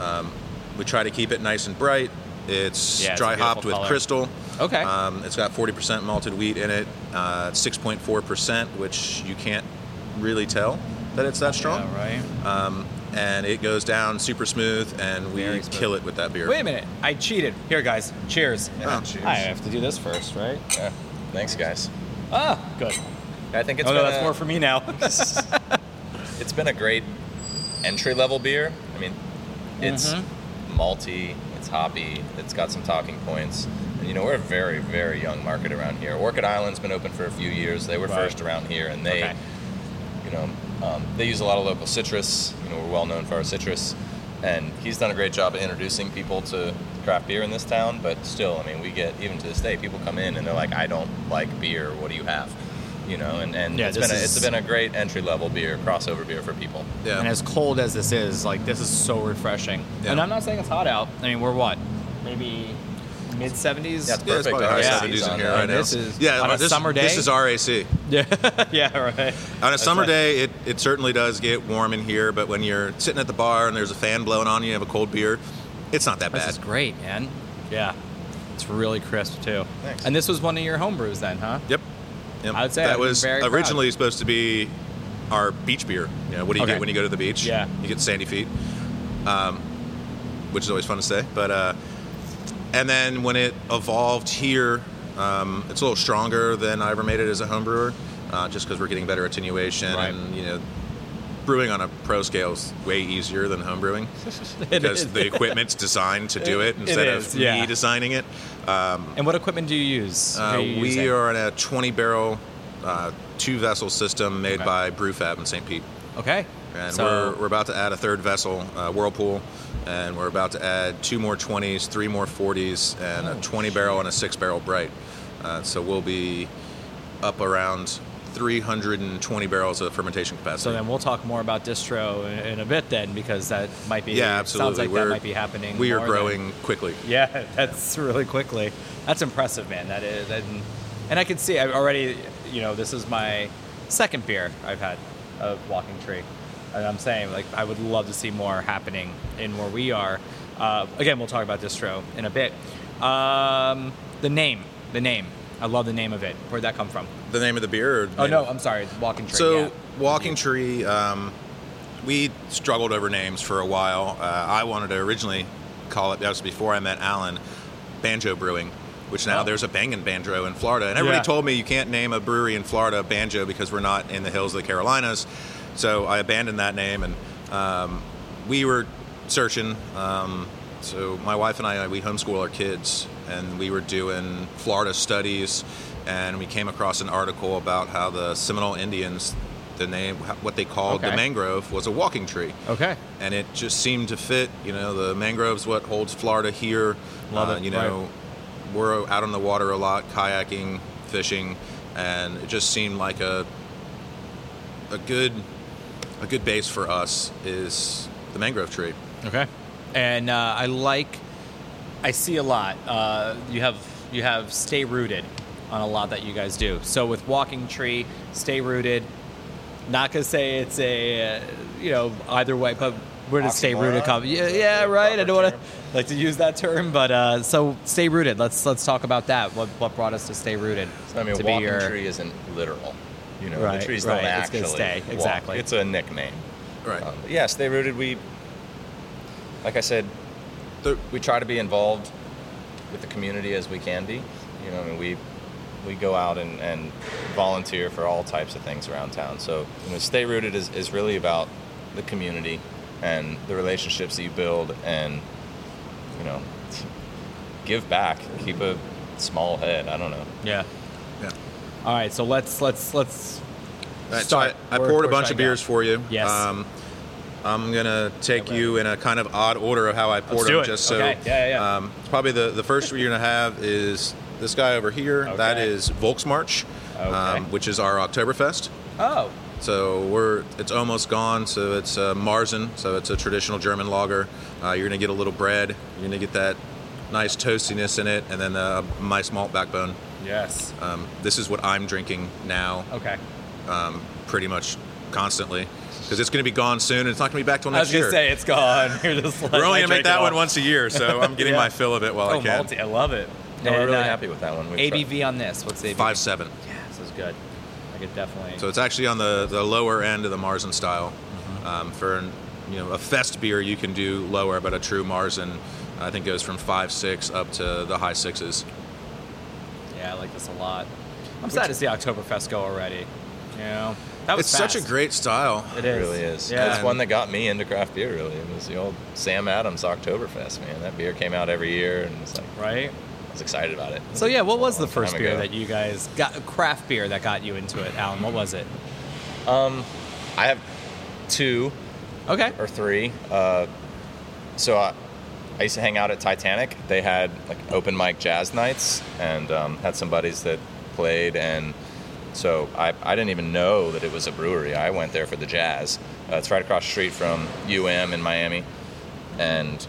S3: Um, we try to keep it nice and bright. It's
S1: Yeah, it's a
S3: dry hopped
S1: beautiful
S3: with
S1: color.
S3: crystal.
S1: Okay.
S3: Um, it's got 40% malted wheat in it, uh, 6.4%, which you can't really tell that it's that strong.
S1: Yeah, right.
S3: Um, and it goes down super smooth, and we
S1: Very smooth.
S3: kill it with that beer.
S1: Wait a minute, I cheated. Here, guys, cheers.
S3: Oh, cheers.
S1: I have to do this first, right?
S4: Yeah. Thanks, guys.
S1: Ah, good.
S4: I think it's
S1: oh
S4: been
S1: no, that's
S4: a-
S1: more for me
S3: *laughs*
S1: now. *laughs*
S4: *laughs* it's been a great entry level beer. I mean, it's
S1: Mm-hmm.
S4: malty, it's hoppy, it's got some talking points. And, you know, we're a very, very young market around here. Orchid Island's been open for a few years. They were
S1: Right.
S4: first around here, and they,
S1: Okay.
S4: you know, um, they use a lot of local citrus. You know, we're well known for our citrus. And he's done a great job of introducing people to craft beer in this town, but still, I mean, we get, even to this day, people come in and they're like, I don't like beer, what do you have? You know, and, and
S1: Yeah,
S4: it's
S1: this
S4: been a,
S1: is-
S4: it's been a great entry level beer, crossover beer for people.
S1: And
S3: Yeah.
S1: as cold as this is, like this is so refreshing.
S3: Yeah.
S1: And I'm not saying it's hot out. I mean, we're what, maybe mid 70s.
S4: Yeah, it's
S3: Yeah, it's
S4: perfect.
S3: probably high
S1: Yeah.
S3: 70s in here
S4: Yeah,
S3: right now.
S1: this is-
S3: yeah,
S1: on a
S3: this,
S1: summer day?
S3: This is our AC.
S1: *laughs* yeah, yeah, right.
S3: On a summer
S1: right.
S3: day, it, it certainly does get warm in here, but when you're sitting at the bar and there's a fan blowing on you, you have a cold beer, it's not that
S1: This
S3: bad.
S1: is great, man. Yeah, it's really crisp too.
S4: Thanks.
S1: And this was one of your homebrews then, huh? *laughs*
S3: Yep. Yep.
S1: I would say
S3: that
S1: I've been
S3: was
S1: very proud.
S3: originally supposed to be our beach beer. You know, what do you
S1: Okay.
S3: get when you go to the beach?
S1: Yeah.
S3: You get sandy feet, um, which is always fun to say. But uh, and then when it evolved here, um, it's a little stronger than I ever made it as a home brewer, uh, just because we're getting better attenuation
S1: Right.
S3: and you know. Brewing on a pro scale is way easier than home brewing because
S1: is.
S3: the equipment's designed to
S1: *laughs*
S3: do it
S1: It
S3: instead
S1: is,
S3: of me
S1: yeah.
S3: designing it.
S1: And what equipment do you use?
S3: Uh,
S1: Who
S3: we
S1: you using?
S3: are in a 20 barrel, uh, two vessel system made
S1: Okay.
S3: by Brewfab in St. Pete.
S1: okay.
S3: And
S1: So-
S3: we're, we're about to add a third vessel, uh, Whirlpool, and we're about to add two more 20s, three more 40s, and
S1: Oh,
S3: a 20 barrel and a six barrel bright. Uh, so we'll be up around 320 barrels of fermentation capacity.
S1: So then we'll talk more about distro in, in a bit then, because that might be
S3: yeah, absolutely.
S1: sounds like
S3: we're,
S1: that might be happening.
S3: We are
S1: more than-
S3: growing quickly.
S1: Yeah, *laughs* that's really quickly. That's impressive, man. That is, and, and I can see I already. You know, this is my second beer I've had of Walking Tree, and I'm saying like I would love to see more happening in where we are. Uh, again, we'll talk about distro in a bit. Um, the name, the name. I love the name of it. Where'd that come from?
S3: The name of the beer? Or
S1: Oh no, I'm sorry, Walking Tree.
S3: So,
S1: yeah.
S3: Walking Tree, um, we struggled over names for a while. Uh, I wanted to originally call it, that was before I met Alan, Banjo Brewing, which now
S1: Oh.
S3: there's a bangin' banjo in Florida. And everybody
S1: Yeah.
S3: told me you can't name a brewery in Florida Banjo because we're not in the hills of the Carolinas. So, I abandoned that name and um, we were searching. Um, so, my wife and I, we homeschool our kids and we were doing Florida studies and we came across an article about how the Seminole Indians, the name, what they called the
S1: Okay.
S3: mangrove, was a walking tree,
S1: Okay.
S3: and it just seemed to fit. You know, the mangroves what holds Florida here.
S1: Love
S3: Uh,
S1: it,
S3: You know, we're out on the water a lot, kayaking, fishing, and it just seemed like a a good a good base for us is the mangrove tree.
S1: Okay. And uh, I like, I see a lot. Uh, you have you have stay rooted on a lot that you guys do. So with walking tree, stay rooted. Not gonna say it's a uh, you know either way, but we're gonna stay rooted.
S4: Oxymoron?
S1: Com- yeah,
S4: Is that
S1: yeah,
S4: the
S1: right. I
S4: proper
S1: don't want to
S4: term?
S1: like to use that term, but uh, so stay rooted. Let's let's talk about that. What what brought us to stay rooted?
S4: I mean,
S1: to
S4: a
S1: be
S4: walking
S1: your-
S4: tree isn't literal. You know,
S1: Right,
S4: the trees
S1: right,
S4: don't
S1: it's
S4: actually
S1: gonna stay,
S4: walk.
S1: exactly.
S4: It's a nickname.
S3: Right.
S4: Um, but yes, they rooted. We, like I said,
S3: The-
S4: we try to be involved with the community as we can be. You know, I mean, we we go out and, and volunteer for all types of things around town. So, you know, stay rooted is, is really about the community and the relationships that you build, and you know, give back, keep a small head. I don't know.
S1: Yeah.
S3: yeah.
S1: All right. So let's let's let's
S3: All right, so
S1: start.
S3: I, I
S1: We're-
S3: poured a
S1: we're
S3: bunch
S1: shutting
S3: of beers
S1: down.
S3: for you. Um,
S1: Yes.
S3: I'm gonna take you in a kind of odd order of how I poured
S5: do
S3: them,
S5: it.
S3: just so.
S5: Okay. Yeah, yeah, yeah.
S3: Um, probably the the first you're gonna have is this guy over here. That
S5: Okay.
S3: is Volksmarch,
S5: Okay.
S3: um, which is our Oktoberfest.
S5: Oh,
S3: So we're it's almost gone. So it's uh, Marzen. So it's a traditional German lager. Uh, you're gonna get a little bread. You're gonna get that nice toastiness in it, and then uh, nice malt backbone.
S5: yes.
S3: Um, this is what I'm drinking now
S5: Okay.
S3: um, pretty much constantly because it's going to be gone soon and it's not going to be back till
S5: I was
S3: next
S5: gonna
S3: year.
S5: say it's
S1: *laughs*
S5: gone. You're just like,
S3: We're only
S5: I
S3: going to make
S5: drank it
S3: that
S5: all.
S3: one once a year,
S5: *laughs*
S3: so I'm getting
S5: Yeah.
S3: my fill of it while
S5: Oh,
S3: I can.
S5: malty. I love it.
S4: No, we're
S1: And,
S4: really
S1: uh,
S4: happy with that one. We've tried-
S1: ABV on this. What's the ABV?
S3: Five seven,
S5: Yeah, this is good. I could definitely.
S3: so it's actually on the, the lower end of the Marzen style.
S5: Mm-hmm.
S3: Um, for an, you know a fest beer, you can do lower, but a true Marzen, I think goes from five six up to the high sixes.
S5: yeah, I like this a lot. I'm sad to see Oktoberfest go already. You know, that was
S3: It's such a
S5: fast.
S3: great style.
S5: It
S4: It
S5: is.
S4: really is.
S5: Yeah.
S4: It's one that got me into craft beer, really. It was the old Sam Adams Oktoberfest, man. That beer came out every year, and it's like,
S5: right?
S4: I was excited about it.
S1: So yeah, what was the
S4: A long
S1: first
S4: time
S1: beer
S4: ago.
S1: that you guys got? Craft beer that got you into it, Alan? What was it?
S4: I have two
S1: Okay.
S4: or three. Uh, so I, I used to hang out at Titanic. They had like open mic jazz nights, and um, had some buddies that played, and so I, I didn't even know that it was a brewery. I went there for the jazz. Uh, it's right across the street from UM in Miami, and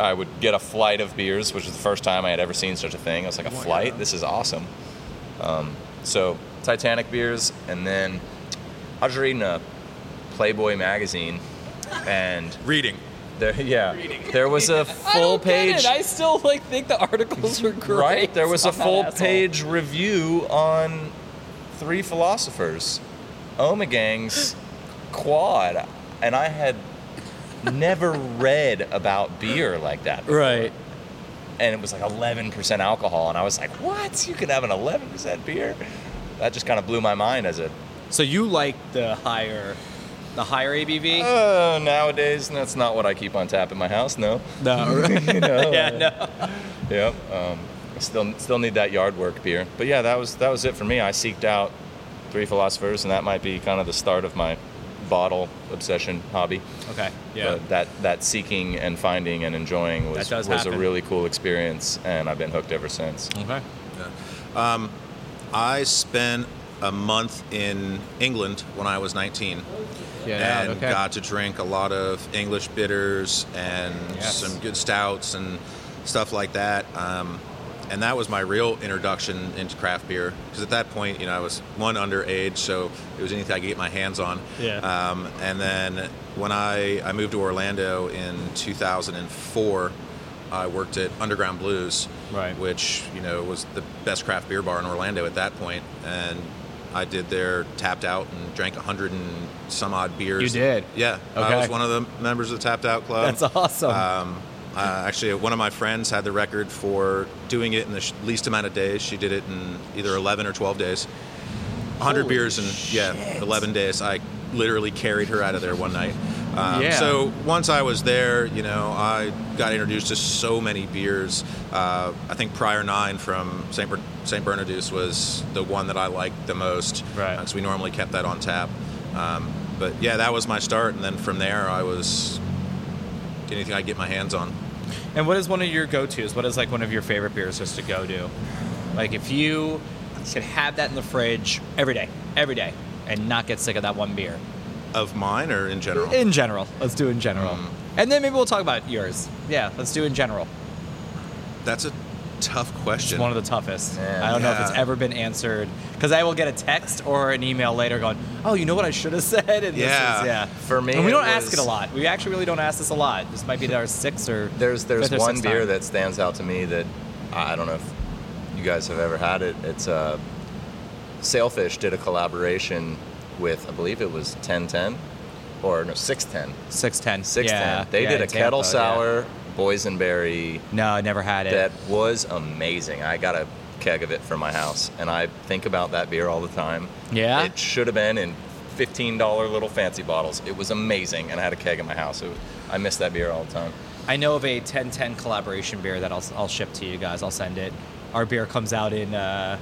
S4: I would get a flight of beers, which was the first time I had ever seen such a thing. I was like, a flight? This is awesome. Um, so Titanic beers, and then I was reading a Playboy magazine, and
S3: Reading.
S4: there, *laughs* yeah, there was a *laughs* full page,
S1: I still like think the articles were great.
S4: *laughs* right? There was a full page review on three philosophers, Omegang's Quad, and I had never read about beer like that. before.
S1: Right.
S4: and it was like 11% alcohol, and I was like, "What? You could have an 11% beer?" That just kind of blew my mind as a
S1: So you like the higher, the higher ABV?
S4: Oh, nowadays that's not what I keep on tap in my house. No, *laughs*
S1: no. *laughs* right.
S4: you know,
S1: yeah. No.
S4: Yep. Um, I still still need that yard work beer. But yeah, that was that was it for me. I seeked out three philosophers, and that might be kind of the start of my bottle obsession hobby.
S1: Okay. Yeah.
S4: But that that seeking and finding and enjoying was
S1: That does
S4: was
S1: happen.
S4: a really cool experience, and I've been hooked ever since.
S1: okay.
S3: I spent a month in England when I was 19.
S1: Yeah.
S3: and
S1: okay.
S3: got to drink a lot of English bitters and
S1: Yes.
S3: some good stouts and stuff like that. Um, and that was my real introduction into craft beer because at that point, you know, I was one underage, so it was anything I could get my hands on.
S1: Yeah.
S3: Um, and then when I I moved to Orlando in 2004, I worked at Underground Blues,
S1: Right.
S3: which you know was the best craft beer bar in Orlando at that point, and I did there, tapped out, and drank a hundred and some odd beers.
S1: You did?
S3: yeah.
S1: Okay.
S3: I was one of the members of the Tapped Out Club.
S1: That's awesome.
S3: Um, uh, actually, one of my friends had the record for doing it in the sh- least amount of days. She did it in either 11 or 12 days. 100 beers in yeah 11 days. I literally carried her out of there one night. Um,
S1: Yeah.
S3: So once I was there, you know, I got introduced to so many beers. Uh, I think Prior Nine from Saint Ber- Saint Bernardus was the one that I liked the most.
S1: Right.
S3: Uh, so we normally kept that on tap. Um, but yeah, that was my start, and then from there, I was anything I could get my hands on.
S1: and what is one of your go-to's? What is like one of your favorite beers just to go to? Like if you could have that in the fridge every day, every day, and not get sick of that one beer.
S3: Of mine or in general?
S1: In general, let's do in
S4: Mm.
S1: general, and then maybe we'll talk about yours. Yeah, let's do in general.
S3: That's a tough question.
S1: It's one of the toughest.
S4: Yeah.
S1: I don't know if it's
S3: Yeah.
S1: ever been answered because I will get a text or an email later going, "Oh, you know what I should have *laughs* said." And this
S3: Yeah.
S1: is, yeah.
S4: For me,
S1: and we
S4: it
S1: don't ask it
S4: was-
S1: a lot. We actually really don't ask this a lot. This might be our sixth or
S4: There's there's
S1: fifth or
S4: one
S1: sixth
S4: beer
S1: time.
S4: that stands out to me that I I don't know if you guys have ever had it. It's uh, Sailfish did a collaboration with I believe it was 1010 or no 610.
S1: six ten.
S4: 610.
S1: Yeah.
S4: they
S1: Yeah,
S4: did a
S1: in Tampa,
S4: kettle
S1: yeah.
S4: sour boysenberry
S1: No, I never had it.
S4: that was amazing. I got a keg of it for my house, and I think about that beer all the time.
S1: Yeah?
S4: it should have been in fifteen dollar little fancy bottles. It was amazing, and I had a keg in my house. It was, I miss that beer all the time.
S1: I know of a 1010 collaboration beer that I'll, I'll ship to you guys. I'll send it. Our beer comes out in uh,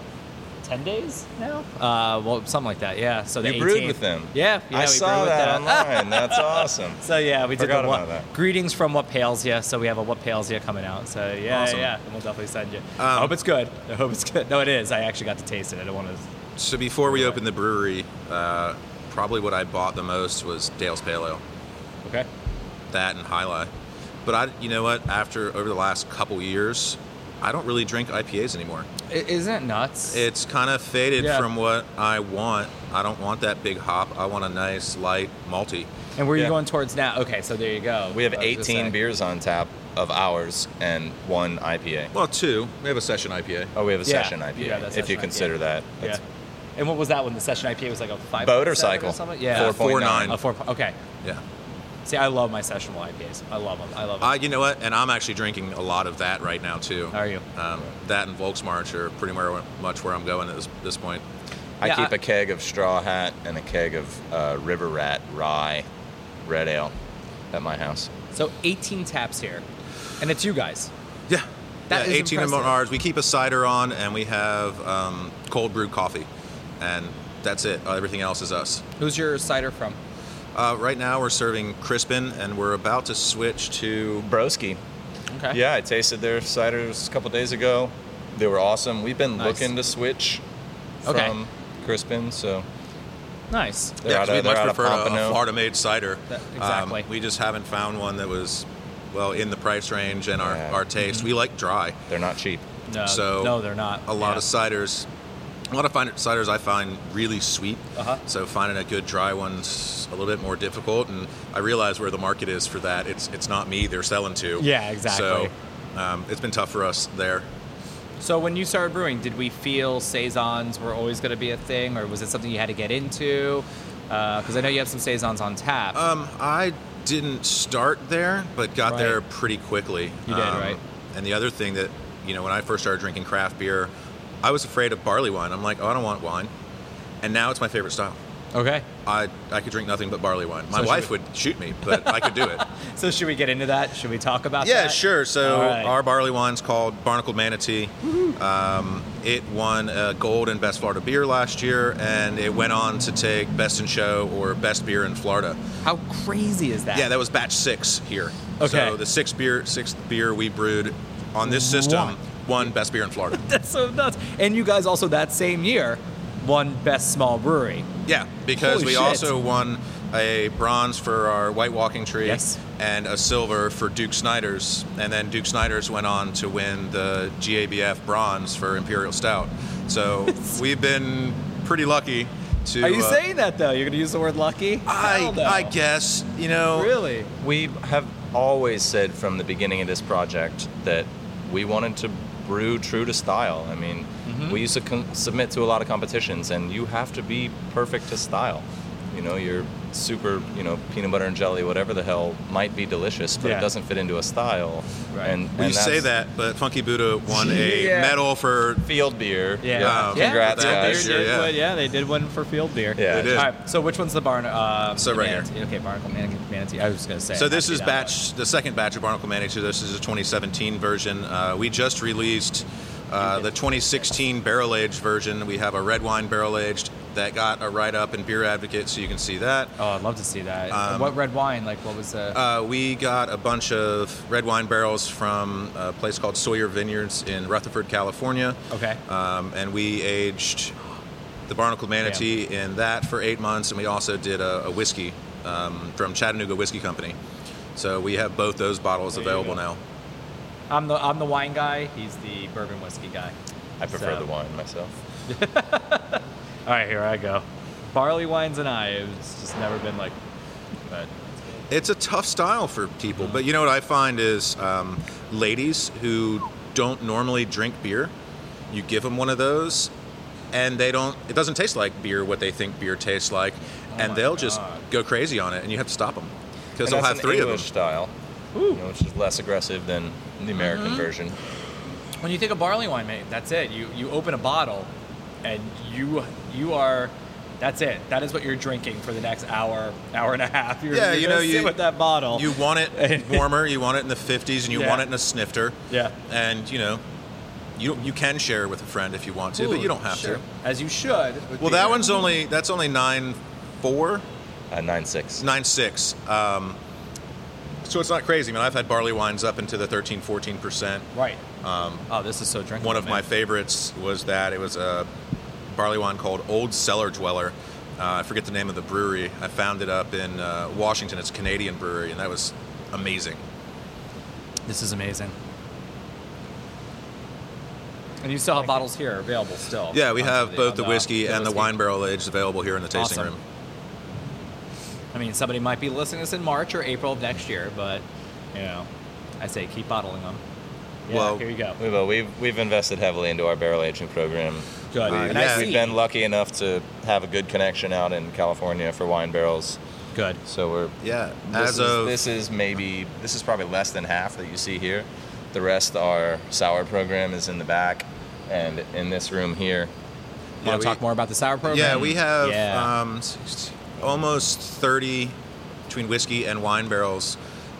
S1: 10 days now? Uh, well, something like that, yeah. So Oh, the
S4: You brewed
S1: 18th.
S4: with them.
S1: Yeah, yeah
S4: I
S1: we brewed
S4: saw
S1: with
S4: that
S1: them. *laughs*
S4: online. That's awesome.
S1: So yeah, we did
S4: Forgot
S1: the one,
S4: about that.
S1: greetings from What Pales You. So we have a What Pales You coming out. So yeah,
S3: Awesome.
S1: yeah, and we'll definitely send you.
S4: Um,
S1: I hope it's good. I hope it's good. No, it is. I actually got to taste it. I don't want to.
S3: So before we opened the brewery, uh, probably what I bought the most was Dale's Pale Ale,
S1: Okay.
S3: that and High Life. But I, you know what? After over the last couple years, I don't really drink IPAs anymore.
S1: Isn't it nuts?
S3: It's kind of faded
S1: Yeah.
S3: from what I want. I don't want that big hop. I want a nice light malty.
S1: and where are you
S4: yeah.
S1: going towards now? Okay, so there you go.
S4: We have
S1: I was gonna
S4: 18
S1: say.
S4: beers on tap of ours and one IPA.
S3: Well, two. We have a session IPA.
S4: Oh, we have a
S1: Yeah.
S4: session
S1: Yeah,
S4: IPA.
S1: that's
S4: if you
S1: session
S4: consider
S1: IPA.
S4: that,
S1: Yeah.
S4: that's
S1: And what was that one? The session IPA was like a five.
S4: Boater
S1: seven
S4: cycle.
S1: Or something? Yeah.
S3: Four point-
S4: 4.9.
S1: A four. Okay.
S3: Yeah.
S1: See, I love my session IPAs. I love them. I love them.
S3: Uh, you know what? And I'm actually drinking a lot of that right now too.
S1: Are you?
S3: Um, that and Volksmarch are pretty mu- much where I'm going at this, this point.
S4: I
S1: Yeah,
S4: keep
S1: I-
S4: a keg of Straw Hat and a keg of uh, River Rat Rye Red Ale at my house.
S1: so 18 taps here, and it's you guys.
S3: Yeah.
S1: That
S3: yeah,
S1: is
S3: 18
S1: impressive.
S3: of ours. We keep a cider on and we have um, cold brew coffee. And that's it. Uh, Everything else is us.
S1: Who's your cider from?
S3: Uh, right now we're serving Crispin and we're about to switch to.
S4: Broski.
S1: Okay.
S4: Yeah, I tasted their ciders a couple days ago. They were awesome. We've been
S1: Nice.
S4: looking to switch
S1: Okay.
S4: from Crispin, so
S1: Nice.
S4: they're out
S3: 'cause
S4: of,
S3: we
S4: they're
S3: much
S4: out of
S3: prefer a-
S4: Pompano.
S3: a Florida made cider. Um,
S1: That- exactly.
S3: we just haven't found one that was, well, in the price range and our,
S4: Yeah.
S3: our taste.
S1: Mm-hmm.
S3: We like dry.
S4: They're not cheap.
S1: No.
S3: So,
S1: no, they're not.
S3: a lot
S1: Yeah.
S3: of ciders. A lot of fine, ciders I find really sweet.
S1: Uh-huh.
S3: So finding a good dry one's a little bit more difficult, and I realize where the market is for that. It's it's not me they're selling to.
S1: Yeah, exactly.
S3: So um, it's been tough for us there.
S1: So when you started brewing, did we feel saisons were always going to be a thing, or was it something you had to get into? Because I know you have some saisons on tap.
S3: Um, I didn't start there, but got
S1: Right.
S3: there pretty quickly.
S1: You did,
S3: Um,
S1: right.
S3: And the other thing that you know, when I first started drinking craft beer, I was afraid of barley wine. I'm like, oh, I don't want wine, and now it's my favorite style.
S1: okay.
S3: I, I could drink nothing but barley wine.
S1: So
S3: My
S1: should
S3: wife
S1: we-
S3: would shoot me, but I could
S1: *laughs*
S3: do it.
S1: So should we get into that? Should we talk about that?
S3: Yeah, sure. So
S1: All right.
S3: our barley wine's called Barnacle Manatee. Um, it won a gold in Best Florida Beer last year, and it went on to take Best in Show or Best Beer in Florida.
S1: How crazy is that?
S3: Yeah, that was batch six here.
S1: Okay.
S3: So the sixth beer, sixth beer we brewed on this system
S1: Wow.
S3: won Best Beer
S1: *laughs*
S3: in Florida.
S1: That's so nuts. And you guys also that same year won best small brewery.
S3: Yeah, because
S1: Holy
S3: we
S1: shit.
S3: also won a bronze for our White Walking Tree
S1: Yes.
S3: and a silver for Duke Snyder's. And then Duke Snyder's went on to win the GABF bronze for Imperial Stout.
S1: *laughs*
S3: So we've been pretty lucky to.
S1: Are you
S3: uh,
S1: saying that though? You're going to use the word lucky?
S3: I,
S1: Hell no.
S3: I guess, you know.
S1: Really?
S4: We have always said from the beginning of this project that we wanted to brew true to style. I mean,
S1: Mm-hmm.
S4: we used to com- submit to a lot of competitions, and you have to be perfect to style. You know, your super, you know, peanut butter and jelly, whatever the hell, might be delicious, but
S1: Yeah.
S4: it doesn't fit into a style.
S1: Right.
S4: And,
S3: We
S4: and
S3: say
S4: that's
S3: that, but Funky Buddha won a
S4: Yeah.
S3: medal for.
S4: field beer.
S1: Yeah.
S3: Yeah.
S4: Congrats,
S1: yeah,
S4: guys.
S1: they did
S3: Yeah.
S1: win- yeah, they did win for field beer.
S4: Yeah. They
S3: did.
S1: All right, so which one's the barn? Um,
S3: So
S1: the
S3: right here.
S1: manatee. Okay, barnacle manatee. manatee. I was going to say. it
S3: So
S1: had
S3: this
S1: to be
S3: is
S1: that
S3: batch, the second batch of Barnacle Manatee. This is a 2017 version. Uh, we just released uh, the 2016 barrel aged version. We have a red wine barrel aged that got a write up in Beer Advocate, so you can see that.
S1: one. Oh, I'd love to see that.
S3: Um,
S1: what red wine? Like, what was the?
S3: Uh, we got a bunch of red wine barrels from a place called Sawyer Vineyards in Rutherford, California.
S1: okay.
S3: Um, and we aged the Barnacle Manatee in that for eight months, and we also did a, a whiskey um, from Chattanooga Whiskey Company. So we have both those bottles
S1: you
S3: available
S1: go.
S3: now.
S1: I'm the I'm the wine guy. He's the bourbon whiskey guy.
S4: I prefer
S1: So-
S4: the wine myself.
S1: All right, here I go. Barley wines and I. It's just never been like. But
S3: It's a tough style for people, but you know what I find is um, ladies who don't normally drink beer, you give them one of those, and they don't. It doesn't taste like beer what they think beer tastes like, and
S1: my
S3: they'll just
S1: God.
S3: go crazy on it, and you have to stop them because
S4: And
S3: they'll
S4: that's
S3: have
S4: an
S3: three
S4: English
S3: of them.
S4: style, you know, which is less aggressive than the American
S1: Mm-hmm.
S4: version.
S1: when you think of barley wine, mate, that's it. You you open a bottle, and you you are. That's it. That is what you're drinking for the next hour, hour and a half. You're,
S3: Yeah,
S1: you're
S3: you
S1: gonna
S3: know,
S1: sit
S3: you-
S1: with that bottle.
S3: You
S1: *laughs*
S3: want it warmer, you want it in the 50s, and you
S1: Yeah.
S3: want it in a snifter.
S1: Yeah.
S3: And you know, you you can share with a friend if you want to, but you don't have to.
S1: as you should. with
S3: Well, that
S1: beer.
S3: one's only that's only nine four.
S4: Uh, nine six.
S3: Nine six. Um, so it's not crazy, man. I've had barley wines up into the 13, 14 percent.
S1: right. oh, this is so drinkable.
S3: um, One of my
S1: man.
S3: favorites was that it was a barley wine called Old Cellar Dweller. Uh, I forget the name of the brewery. I found it up in uh, Washington. It's a Canadian brewery, and that was amazing.
S1: This is amazing. And you still have bottles here available still.
S3: Yeah, we
S1: Um,
S3: have
S1: on
S3: both
S1: on
S3: the whiskey and the
S1: whiskey.
S3: wine barrel aged available here in the tasting
S1: Awesome.
S3: room.
S1: I mean, somebody might be listening to this in March or April of next year, but you know, I say keep bottling them. Yeah,
S3: Well-
S1: here you go.
S4: We've, uh, we've we've invested heavily into our barrel aging program.
S1: Good.
S3: Uh,
S1: and
S3: yeah.
S1: I
S4: We've
S1: see.
S4: been lucky enough to have a good connection out in California for wine barrels,
S1: Good.
S4: so we're
S3: Yeah,
S4: This
S3: as
S4: is,
S3: of
S4: this is maybe this is probably less than half that you see here. The rest are sour program is in the back, and in this room here,
S1: Want
S3: we-
S1: to talk more about the sour program?
S3: Yeah, we have
S1: Yeah.
S3: Um, almost 30 between whiskey and wine barrels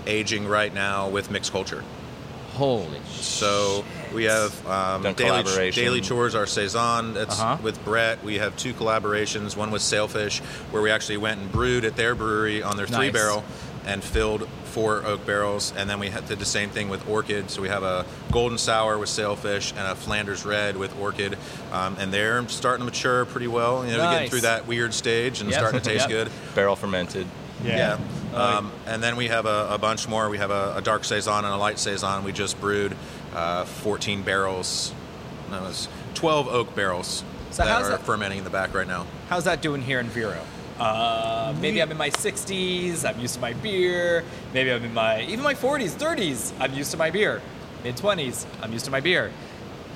S3: aging right now with mixed culture. uh,
S1: Holy.
S3: So we have um,
S4: Done
S3: daily,
S4: collaboration.
S3: daily chores, our saison. That's
S1: Uh-huh.
S3: with Brett. We have two collaborations. One with Sailfish, where we actually went and brewed at their brewery on their
S1: Nice.
S3: three barrel and filled four oak barrels. And then we had- did the same thing with Orchid. So we have a golden sour with Sailfish and a Flanders Red with Orchid. Um, and they're starting to mature pretty well. You know, they're
S1: Nice.
S3: getting through that weird stage and
S1: Yep.
S3: starting to
S1: *laughs*
S3: taste
S1: Yep.
S3: good.
S4: barrel fermented.
S3: Yeah. Um, and then we have a, a bunch more. We have a, a dark saison and a light saison. We just brewed uh, 14 barrels. No, it's 12 oak barrels
S1: So
S3: that
S1: how's
S3: are
S1: that-
S3: fermenting in the back right now.
S1: How's that doing here in Vero? Uh, maybe I'm in my 60s. I'm used to my beer. Maybe I'm in my even my 40s, 30s. I'm used to my beer. Mid 20s. I'm used to my beer.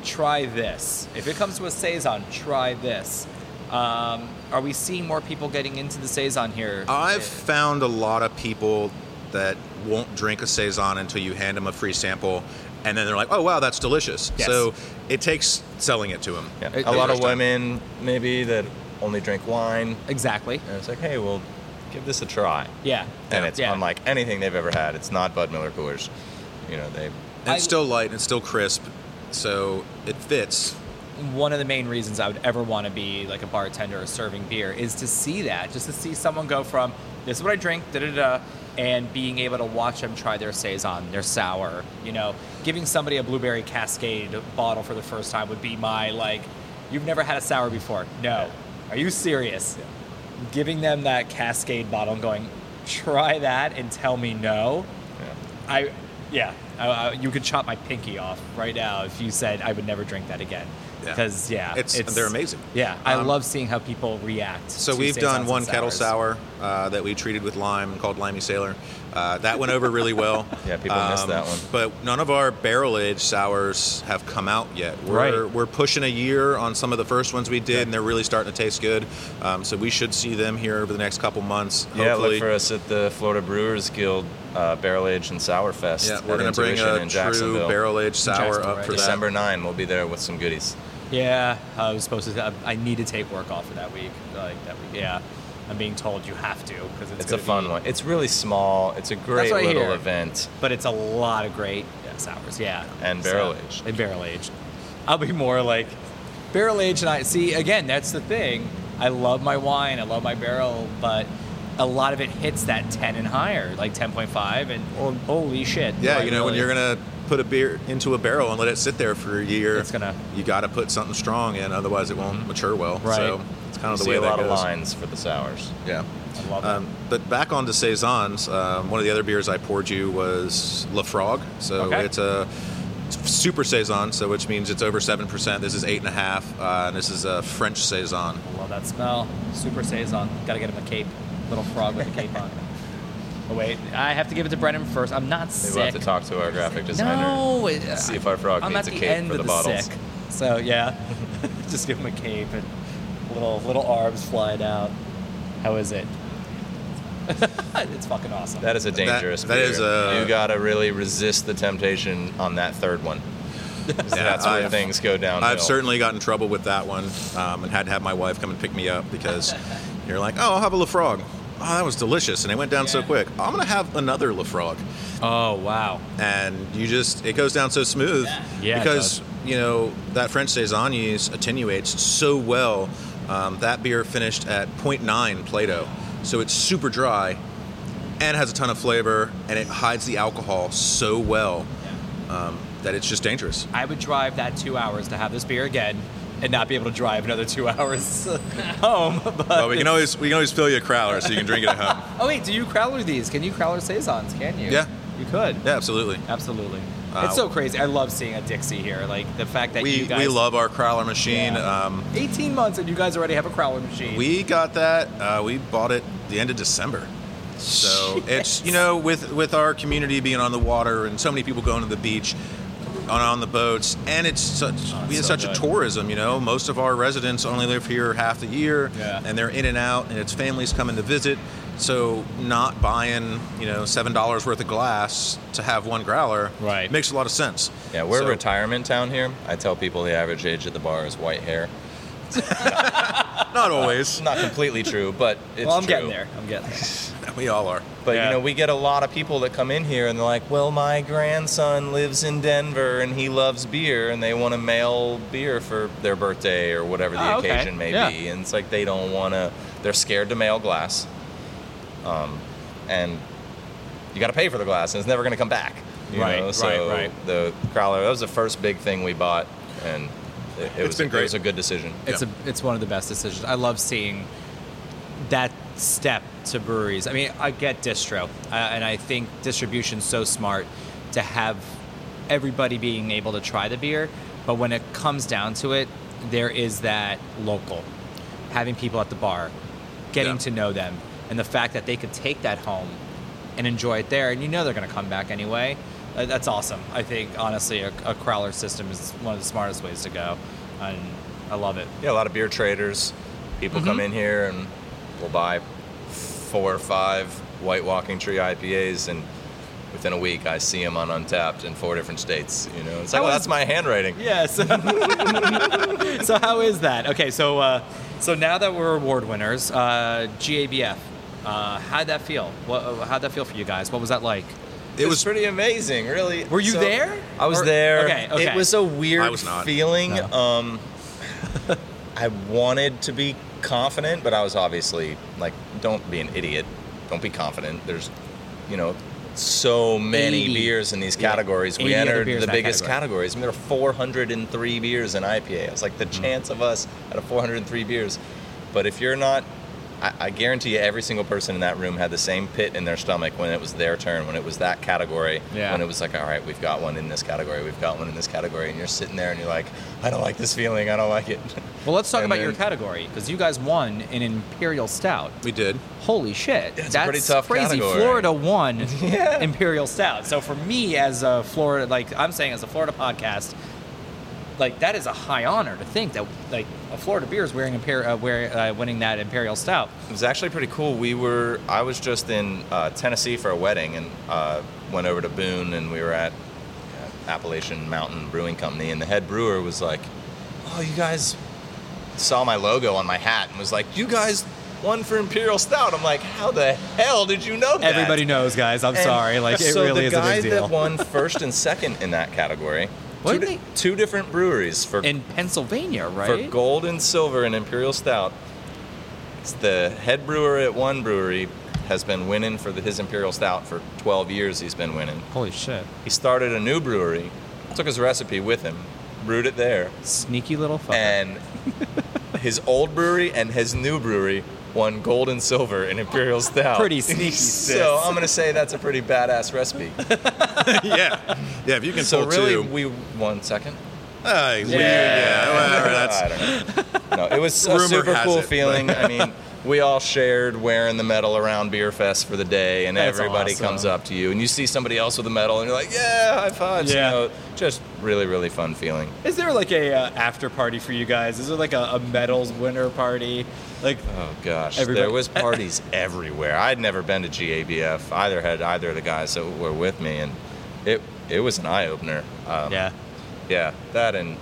S1: Try this. If it comes to a saison, try this. Um, are we seeing more people getting into the saison here?
S3: I've found a lot of people that won't drink a saison until you hand them a free sample, and then they're like, "Oh wow, that's delicious."
S1: Yes.
S3: So it takes selling it to them.
S4: Yeah.
S1: It-
S4: a lot
S3: first
S4: of
S3: time.
S4: women maybe that only drink wine,
S1: exactly.
S4: and it's like, hey, well, give this a try.
S1: Yeah.
S4: And
S1: Yeah.
S4: it's
S1: Yeah.
S4: unlike anything they've ever had. It's not Bud Miller Coors. You know they.
S3: And it's
S1: I-
S3: still light and it's still crisp, so it fits.
S1: one of the main reasons I would ever want to be like a bartender or serving beer is to see that, just to see someone go from this is what I drink, da da da, and being able to watch them try their saison, their sour. You know, giving somebody a blueberry cascade bottle for the first time would be my like, you've never had a sour before. No, are you serious? Giving them that cascade bottle and going, try that and tell me no.
S4: Yeah.
S1: I, yeah, I, I, you could chop my pinky off right now if you said I would never drink that again.
S3: Yeah.
S1: Because yeah,
S3: It's- they're amazing.
S1: Yeah, I
S3: Um,
S1: love seeing how people react.
S3: So
S1: to
S3: we've
S1: saisons
S3: done
S1: and
S3: one kettle
S1: sours.
S3: sour uh, that we treated with lime and called Limey Sailor. Uh, that went over really well.
S4: *laughs*
S3: Um,
S4: Yeah, people missed that one.
S3: But none of our barrel aged sours have come out yet. We're,
S1: Right.
S3: we're pushing a year on some of the first ones we did, and they're really starting to taste good. Um, so we should see them here over the next couple months.
S4: Yeah,
S3: hopefully.
S4: look for us at the Florida Brewers Guild uh, Barrel Aged and Sour Fest.
S3: Yeah,
S4: at
S3: we're going to bring
S4: Intuition
S3: a
S4: in
S3: true
S4: Jacksonville.
S3: barrel aged sour
S1: Jacksonville,
S3: up
S1: right.
S3: for
S4: December 9, we'll be there with some goodies.
S1: Yeah, I was supposed to. I, I need to take work off for that week. Like that week. Yeah, I'm being told you have to because it's,
S4: It's a
S1: gonna
S4: fun
S1: be-
S4: one. It's really small. It's a great
S1: what I
S4: little
S1: hear.
S4: event.
S1: but it's a lot of great yeah, sours. Yeah,
S4: And barrel-aged.
S1: And barrel aged. I'll be more like barrel aged, and I see again. That's the thing. I love my wine. I love my barrel, but a lot of it hits that ten and higher, like ten point five, and holy shit.
S3: that. Yeah, you know, when you're going to put a beer into a barrel and let it sit there for a year,
S1: It's gonna-
S3: you got to put something strong in, otherwise, it won't mature well.
S1: Right.
S3: So it's kind
S4: You
S3: of the
S4: Mm-hmm. see
S3: way
S4: a
S3: that
S4: lot
S3: goes.
S4: of lines for the sours.
S3: Yeah.
S1: I love
S3: Um, but back onto saisons. Um, one of the other beers I poured you was La Frog. So
S1: Okay.
S3: it's a super saison, so which means it's over seven percent. This is eight and a half, uh, and this is a French saison.
S1: I love that smell. Super saison. Gotta get him a cape. Little frog with a cape on. Oh wait, I have to give it to Brennan first. I'm not
S4: Maybe
S1: sick.
S4: we'll have to talk to our graphic designer.
S1: no, it- uh,
S4: See if our frog
S1: I'm
S4: needs
S1: at
S4: a
S1: the
S4: cape
S1: end
S4: for
S1: of
S4: the bottles.
S1: Sick. So yeah, *laughs* just give him a cape and little little arms flying out. How is it? *laughs* it's fucking awesome.
S4: That is a dangerous.
S3: that is
S4: beer.
S3: a-
S4: You gotta really resist the temptation on that third one. 'Cause that's where
S3: I've-
S4: things go downhill.
S3: I've certainly gotten in trouble with that one, um, and had to have my wife come and pick me up because you're like, oh, I'll have a Lafrog. Oh, that was delicious, and it went down so quick. I'm gonna have another Lafrog.
S1: oh wow.
S3: and you just it goes down so smooth
S1: Yeah, it
S3: because
S1: does.
S3: you know that French saison you use attenuates so well. Um, that beer finished at 0.9 Plato, so it's super dry and has a ton of flavor, and it hides the alcohol so well um, that it's just dangerous.
S1: I would drive that two hours to have this beer again and not be able to drive another two hours *laughs* home. But
S3: But we can always we can always fill you a crowler so you can drink it at home.
S1: oh wait, do you crowler these? Can you crowler saisons? Can you?
S3: Yeah.
S1: you could.
S3: *laughs* Yeah, absolutely.
S1: Absolutely.
S3: Uh,
S1: it's so crazy. I love seeing a Dixie here. Like the fact that
S3: We
S1: you guys
S3: we love our crowler machine.
S1: Yeah.
S3: Um,
S1: 18 months and you guys already have a crowler machine.
S3: We got that. Uh, we bought it the end of December.
S1: *laughs*
S3: So it's you know with with our community being on the water and so many people going to the beach, on on the boats, and it's such we have
S1: Oh, so
S3: such
S1: good.
S3: a tourism. You know, most of our residents only live here half the year,
S1: Yeah.
S3: and they're in and out, and it's families coming to visit. So not buying you know seven dollars worth of glass to have one growler
S1: Right.
S3: makes a lot of sense.
S4: Yeah, we're
S3: So-
S4: a retirement town here. I tell people the average age at the bar is white hair.
S3: Not always.
S1: *laughs*
S4: It's not
S3: *laughs*
S4: completely true, but it's
S1: well, I'm
S4: true.
S1: getting there. I'm getting there.
S3: we all are.
S4: But
S1: Yeah.
S4: you know, we get a lot of people that come in here and they're like, "Well, my grandson lives in Denver and he loves beer, and they want to mail beer for their birthday or whatever the
S1: Oh, okay.
S4: occasion may
S1: Yeah.
S4: be." And it's like they don't want to; they're scared to mail glass, um, and you got to pay for the glass, and it's never going to come back. You
S1: Right,
S4: know?
S1: right,
S4: So
S1: right.
S4: the crowler that was the first big thing we bought, and it, it was
S3: been
S4: it
S3: great.
S4: was a good decision.
S1: It's
S3: Yeah.
S1: a it's one of the best decisions. I love seeing that step to breweries. I mean, I get distro, uh, and I think distribution's so smart to have everybody being able to try the beer. But when it comes down to it, there is that local, having people at the bar, getting
S3: Yeah.
S1: to know them, and the fact that they could take that home and enjoy it there, and you know they're going to come back anyway. Uh, that's awesome. I think honestly, a, a crowler system is one of the smartest ways to go, and I love it.
S4: Yeah, a lot of beer traders. People come in here and will buy four or five White Walking Tree IPAs, and within a week I see them on Untapped in four different states. You know, it's like,
S1: How
S4: well,
S1: is-
S4: that's my handwriting.
S1: Yes. *laughs* so how is that? Okay, so uh, so now that we're award winners, uh, GABF, uh, how'd that feel? What, uh, how'd that feel for you guys? What was that like?
S4: It was pretty amazing, really.
S1: Were you there?
S4: I was
S1: Or-
S4: there.
S1: okay, okay.
S4: It was a weird
S3: I was not.
S4: feeling.
S1: No. *laughs*
S4: Um, I wanted to be confident, but I was obviously like, don't be an idiot. Don't be confident. There's, you know, so many
S1: 80.
S4: beers in these
S1: Yeah.
S4: categories.
S1: 80
S4: We
S1: other
S4: entered
S1: beers
S4: the
S1: in that
S4: biggest
S1: category.
S4: categories. I mean, there are 403 beers in IPA. I was like, the chance of us out of 403 beers. But if you're not, I, I guarantee you, every single person in that room had the same pit in their stomach when it was their turn, when it was that category,
S1: Yeah.
S4: when it was like, all right, we've got one in this category, we've got one in this category, and you're sitting there and you're like, I don't like this feeling, I don't like it. *laughs*
S1: Well, let's talk
S4: And
S1: about
S4: then-
S1: your category because you guys won an imperial stout.
S3: We did.
S1: Holy shit.
S4: It's a
S1: That's
S4: pretty tough
S1: crazy.
S4: category.
S1: Florida won
S4: *laughs* Yeah.
S1: Imperial Stout. So for me as a Florida like I'm saying as a Florida podcast, like that is a high honor to think that like a Florida beer is wearing Imper- uh, wear, uh, winning that Imperial Stout.
S4: It was actually pretty cool. We were I was just in uh, Tennessee for a wedding and uh, went over to Boone and we were at uh, Appalachian Mountain Brewing Company and the head brewer was like, "Oh, you guys saw my logo on my hat and was like, "You guys won for Imperial Stout." I'm like, "How the hell did you know that?"
S1: Everybody knows, guys. I'm
S4: And
S1: sorry. Like it
S4: so
S1: really
S4: the
S1: is a
S4: guy
S1: big deal.
S4: that won first and second in that category.
S1: What
S4: two,
S1: did
S4: di-
S1: they-
S4: two different breweries for
S1: in Pennsylvania, right?
S4: for gold and silver and imperial stout. It's the head brewer at one brewery has been winning for the, his imperial stout for 12 years. He's been winning.
S1: Holy shit.
S4: He started a new brewery, took his recipe with him, brewed it there,
S1: Sneaky little fucker.
S4: and his old brewery and his new brewery won gold and silver
S1: *laughs*
S4: in Imperial Stout.
S1: Pretty sneaky, sis.
S4: *laughs* so I'm gonna say that's a pretty badass
S1: *laughs*
S4: recipe.
S3: *laughs* yeah, yeah. If you can
S4: so
S3: pull
S4: really,
S3: two,
S4: we won second.
S3: Ah, we- yeah, whatever, that's-
S4: I don't know. No, it was a
S3: Rumor
S4: super
S3: has
S4: cool
S3: it, but-
S4: feeling. I mean, we all shared wearing the medal around Beer Fest for the day, and
S1: That's
S4: everybody
S1: awesome.
S4: comes up to you, and you see somebody else with a medal, and you're like, yeah, high fives.
S1: Yeah.
S4: You know, just really, really fun feeling.
S1: Is there like a uh, after party for you guys? Is there like a, a medals winner party? Like,
S4: Oh gosh,
S1: Everybody-
S4: there was parties *laughs* everywhere. I'd never been to GABF. Either had either of the guys that were with me, and it it was an eye opener. Um,
S1: yeah,
S4: yeah, that and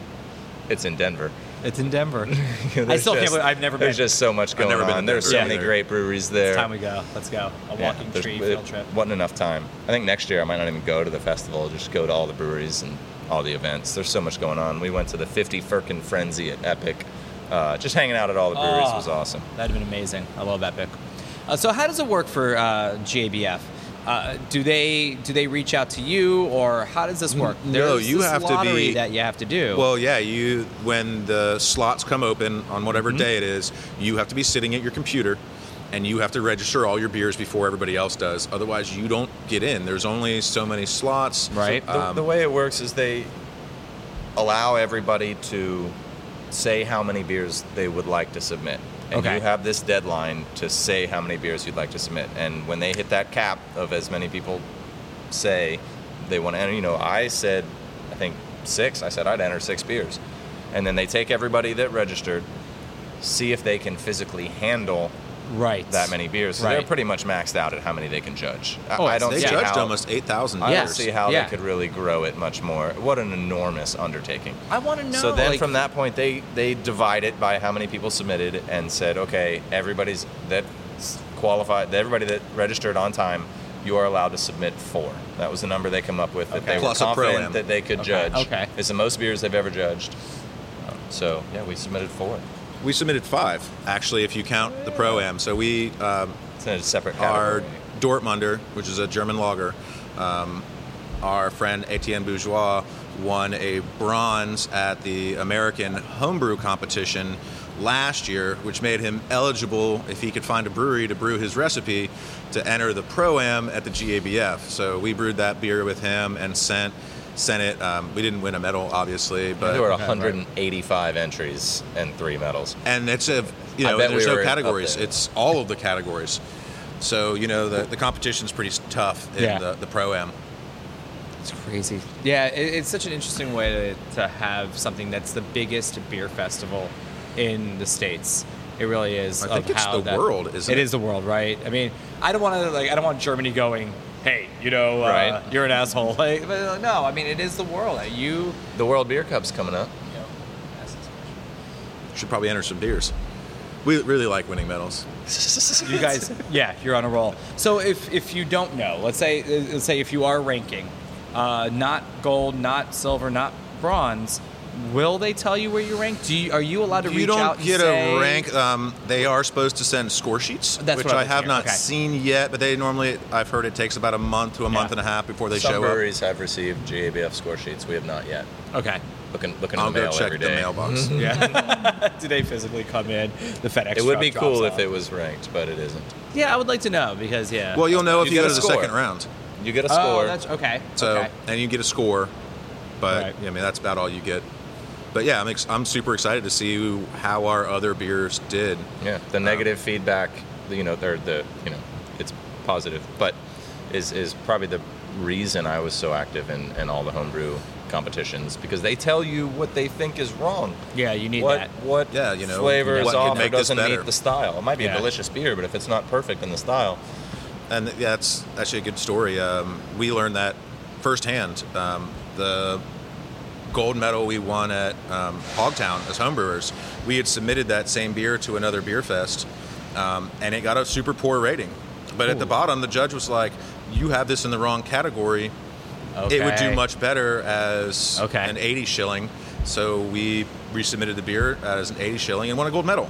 S4: it's in Denver.
S1: it's in Denver. I
S4: *laughs* There's
S1: still can't
S4: just-
S1: believe I've never been.
S4: There's just so much going
S3: never been to
S4: on. There's so
S3: Denver
S4: many
S3: either.
S4: great breweries there.
S1: It's time we go. Let's go. A
S4: Yeah,
S1: walking
S4: there's-
S1: tree
S4: it
S1: field trip.
S4: Wasn't enough time. I think next year I might not even go to the festival. Just go to all the breweries and all the events. There's so much going on. We went to the 50 Firkin Frenzy at Epic. Uh, just hanging out at all the breweries
S1: Ah.
S4: was awesome.
S1: That'd have been amazing. I love Epic. Uh, so how does it work for uh, JBF? Uh, do they do they reach out to you, or how does this work?
S3: no,
S1: There's
S3: you
S1: this
S3: have to be-
S1: lottery that you have to do.
S3: Well, yeah, you when the slots come open on whatever
S4: Mm-hmm.
S3: day it is, you have to be sitting at your computer and you have to register all your beers before everybody else does. Otherwise, you don't get in. There's only so many slots.
S1: Right.
S4: The,
S3: Um,
S4: the way it works is they allow everybody to say how many beers they would like to submit. And
S1: Okay.
S4: you have this deadline to say how many beers you'd like to submit. And when they hit that cap of as many people say they want to enter, you know, I said, I think six, I said I'd enter six beers. And then they take everybody that registered, see if they can physically handle
S1: right.
S4: that many beers. So they're
S1: Right.
S4: pretty much maxed out at how many they can judge. I-
S1: Oh,
S4: I don't
S3: uh, they
S4: see
S3: judged
S4: how-
S3: almost eight thousand
S4: I
S3: beers.
S1: Yes.
S4: don't see how
S1: Yeah.
S4: they could really grow it much more. What an enormous undertaking.
S1: I want to know.
S4: so then
S1: like-
S4: from that point they they divide it by how many people submitted and said, okay, everybody's that s- qualified everybody that registered on time, you are allowed to submit four. That was the number they come up with that they
S3: Plus a
S4: were
S3: pro-am.
S4: confident that they could judge.
S1: Okay.
S4: It's the most beers they've ever judged. Um, So yeah, we submitted four.
S3: We submitted five actually, if you count the pro am. So we um,
S4: It's in a separate
S3: our
S4: category.
S3: Dortmunder, which is a German lager. Um, our friend Etienne Bourgeois won a bronze at the American homebrew competition last year, which made him eligible, if he could find a brewery to brew his recipe, to enter the Pro Am at the GABF. So we brewed that beer with him and sent sent it. Um, we didn't win a medal, obviously, but
S4: there were 185 entries and three medals.
S3: and it's a you
S4: I
S3: know
S4: bet
S3: there's
S4: we
S3: no
S4: were up
S3: categories
S4: there.
S3: it's all of the categories so you know the, the competition's pretty tough in
S1: Yeah.
S3: the, the pro am
S1: It's crazy. Yeah, it, it's such an interesting way to, to have something that's the biggest beer festival in the states. It really is.
S3: I
S1: of
S3: think it's
S1: how
S3: the
S1: that-
S3: world, isn't it?
S1: It is the world, right? I mean, I don't want to like. I don't want Germany going. Hey, you know, uh,
S4: Right.
S1: you're an asshole. Like, but uh, no, I mean, it is the world. Uh, You.
S4: The World Beer Cup's coming up.
S1: you know, that's-
S3: should probably enter some beers we really like winning medals
S1: you guys yeah you're on a roll so if if you don't know let's say let's say if you are ranking uh, not gold not silver not bronze will they tell you where you rank do you are you allowed to
S3: you
S1: reach out
S3: don't
S1: and
S3: get
S1: say-
S3: a rank um, they are supposed to send score sheets
S1: That's
S3: which
S1: what I
S3: i
S1: was
S3: have
S1: hearing,
S3: not
S1: okay.
S3: seen yet but they normally i've heard it takes about a month to a month
S1: Yeah.
S3: and a half before they
S4: Some
S3: show
S4: breweries have received GABF score sheets. We have not yet.
S1: okay
S4: Looking, looking
S3: up i'll
S4: in the
S3: go
S4: mail
S3: check
S4: every
S3: the
S4: day. Mm-hmm.
S3: mailbox
S1: yeah *laughs* do they physically come in the fedex
S4: It would
S1: truck
S4: be
S1: drops
S4: cool if
S1: off.
S4: it was ranked, but it isn't.
S1: yeah i would like to know because yeah
S3: well you'll know if
S4: You
S3: you,
S4: get
S3: go
S4: a
S3: to the
S4: score.
S3: second round
S4: You get a
S1: oh,
S4: score.
S1: that's okay
S3: So
S1: okay.
S3: and you get a score, but
S1: Right.
S3: I mean that's about all you get. But yeah, I'm ex- I'm super excited to see who- how our other beers did.
S4: yeah, the
S1: Oh.
S4: negative feedback, the- you know, they're the you know, it's positive, but is is probably the reason I was so active in, in all the homebrew competitions because they tell you what they think is wrong.
S1: yeah you need
S4: what
S1: that
S4: what
S3: Yeah, you know,
S4: flavor
S3: what
S4: is
S3: could
S4: off or
S3: make this
S4: doesn't
S3: better?
S4: meet the style. It might be
S1: Yeah.
S4: a delicious beer, but if it's not perfect in the style,
S3: And th- yeah, that's actually a good story. Um, we learned that firsthand. Um, the gold medal we won at um, Hogtown as homebrewers, we had submitted that same beer to another beer fest, um, and it got a super poor rating. But at the bottom, the judge was like, "You have this in the wrong category. It would do
S1: Okay.
S3: much better as
S1: Okay.
S3: an 80 shilling. So we resubmitted the beer as an 80 shilling and won a gold medal.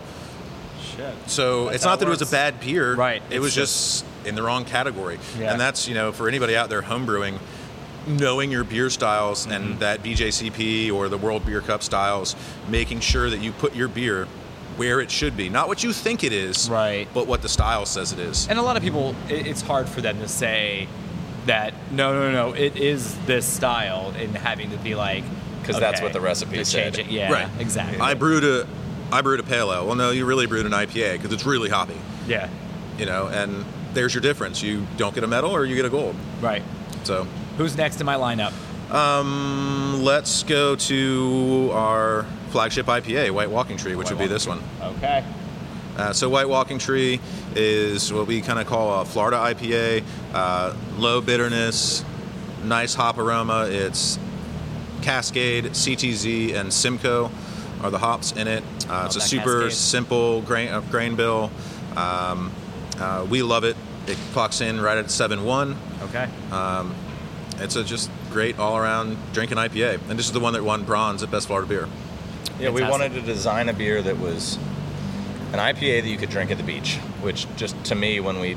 S1: Shit.
S3: So
S1: That's
S3: it's
S1: how
S3: not
S1: it
S3: that it was a
S1: works.
S3: bad beer.
S1: Right,
S3: It
S1: it's
S3: was just in the wrong category.
S1: Yeah.
S3: And that's, you know, for anybody out there homebrewing, knowing your beer styles
S1: Mm-hmm.
S3: and that BJCP or the World Beer Cup styles, making sure that you put your beer where it should be, not what you think it is,
S1: Right.
S3: But what the style says it is.
S1: And a lot of people, it, it's hard for them to say that no, no, no, it is this style, and having to be like
S4: 'Cause that's what the recipe
S1: to
S4: said.
S1: change it. Yeah,
S3: Right.
S1: exactly.
S3: I brewed a, I brewed a pale ale. Well, no, you really brewed an IPA because it's really hoppy,
S1: yeah,
S3: you know. And there's your difference. You don't get a medal or you get a gold.
S1: right.
S3: So
S1: Who's next in my lineup?
S3: um, let's go to our flagship IPA, White Walking Tree, which
S1: White
S3: would be this one.
S1: Walking Okay.
S3: Uh, so White Walking Tree is what we kind of call a Florida IPA, uh, low bitterness, nice hop aroma. It's Cascade, CTZ, and Simcoe are the hops in it. Uh, it's a
S1: that
S3: super
S1: Cascade.
S3: simple grain uh, grain bill. Um, uh, we love it. It clocks in right at seven one.
S1: Okay.
S3: It's a just great all around drinking IPA, and this is the one that won bronze at Best Florida Beer.
S4: Yeah, we
S1: Fantastic.
S4: wanted to design a beer that was an IPA that you could drink at the beach, which just to me, when we,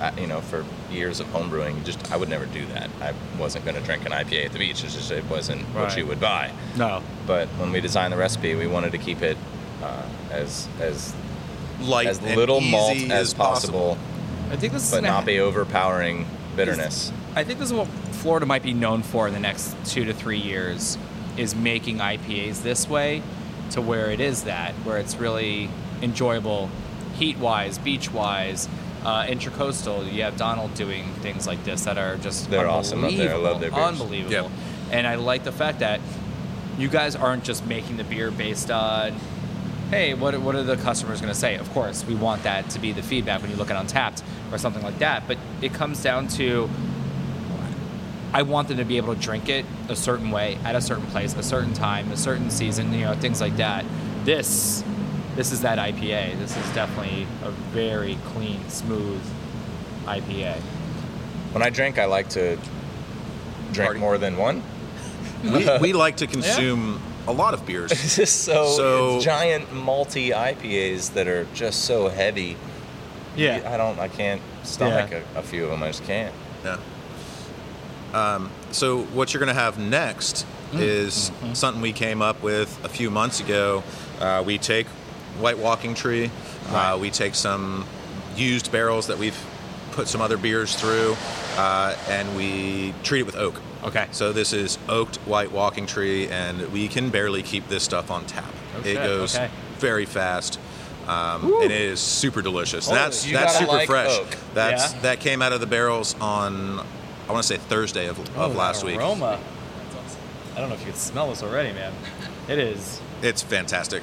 S4: I- you know, for years of home brewing, just I would never do that. I wasn't going to drink an IPA at the beach. It's just it wasn't what
S1: Right.
S4: you would buy.
S1: no.
S4: But when we designed the recipe, we wanted to keep it uh, as as
S3: Light
S4: as
S3: and
S4: little malt
S3: easy
S4: as possible,
S1: I think this is
S4: but
S1: gonna
S4: not be overpowering bitterness.
S1: I think this is what Florida might be known for in the next two to three years is making IPAs this way to where it is that, where it's really enjoyable heat wise, beach wise, uh, intercoastal. You have Donald doing things like this that are just
S4: They're awesome up there. I love their
S1: unbelievable,
S4: beers.
S1: Unbelievable.
S3: Yep.
S1: And I like the fact that you guys aren't just making the beer based on hey, what, what are the customers going to say? Of course, we want that to be the feedback when you look at Untapped or something like that. But it comes down to I want them to be able to drink it a certain way, at a certain place, a certain time, a certain season, you know, things like that. This, this is that IPA. This is definitely a very clean, smooth IPA.
S4: When I drink, I like to drink
S3: Party.
S4: more than one.
S3: we,
S4: *laughs*
S3: we like to consume a lot of beers.
S4: It's just *laughs* so,
S3: So-
S4: it's giant malty IPAs that are just so heavy. I don't. I can't stomach
S1: Yeah.
S4: a, a few of them. I just can't.
S3: Yeah. Um, so what you're going to have next
S4: Mm.
S3: is
S4: Mm-hmm.
S3: something we came up with a few months ago. Uh, we take white walking tree. Uh, we take some used barrels that we've put some other beers through, uh, and we treat it with oak.
S1: Okay.
S3: So this is oaked white walking tree, and we can barely keep this stuff on tap.
S1: Oh,
S3: it
S1: shit.
S3: goes
S1: Okay.
S3: very fast. Um, and it is super delicious.
S4: Holy-
S3: that's
S4: You
S3: that's
S4: gotta
S3: super
S4: like
S3: fresh.
S4: oak.
S3: That's
S1: Yeah.
S3: that came out of the barrels on I want to say Thursday of, of last week.
S1: Aroma. I don't know if you can smell this already,
S3: *laughs*
S1: man. It is.
S3: It's fantastic.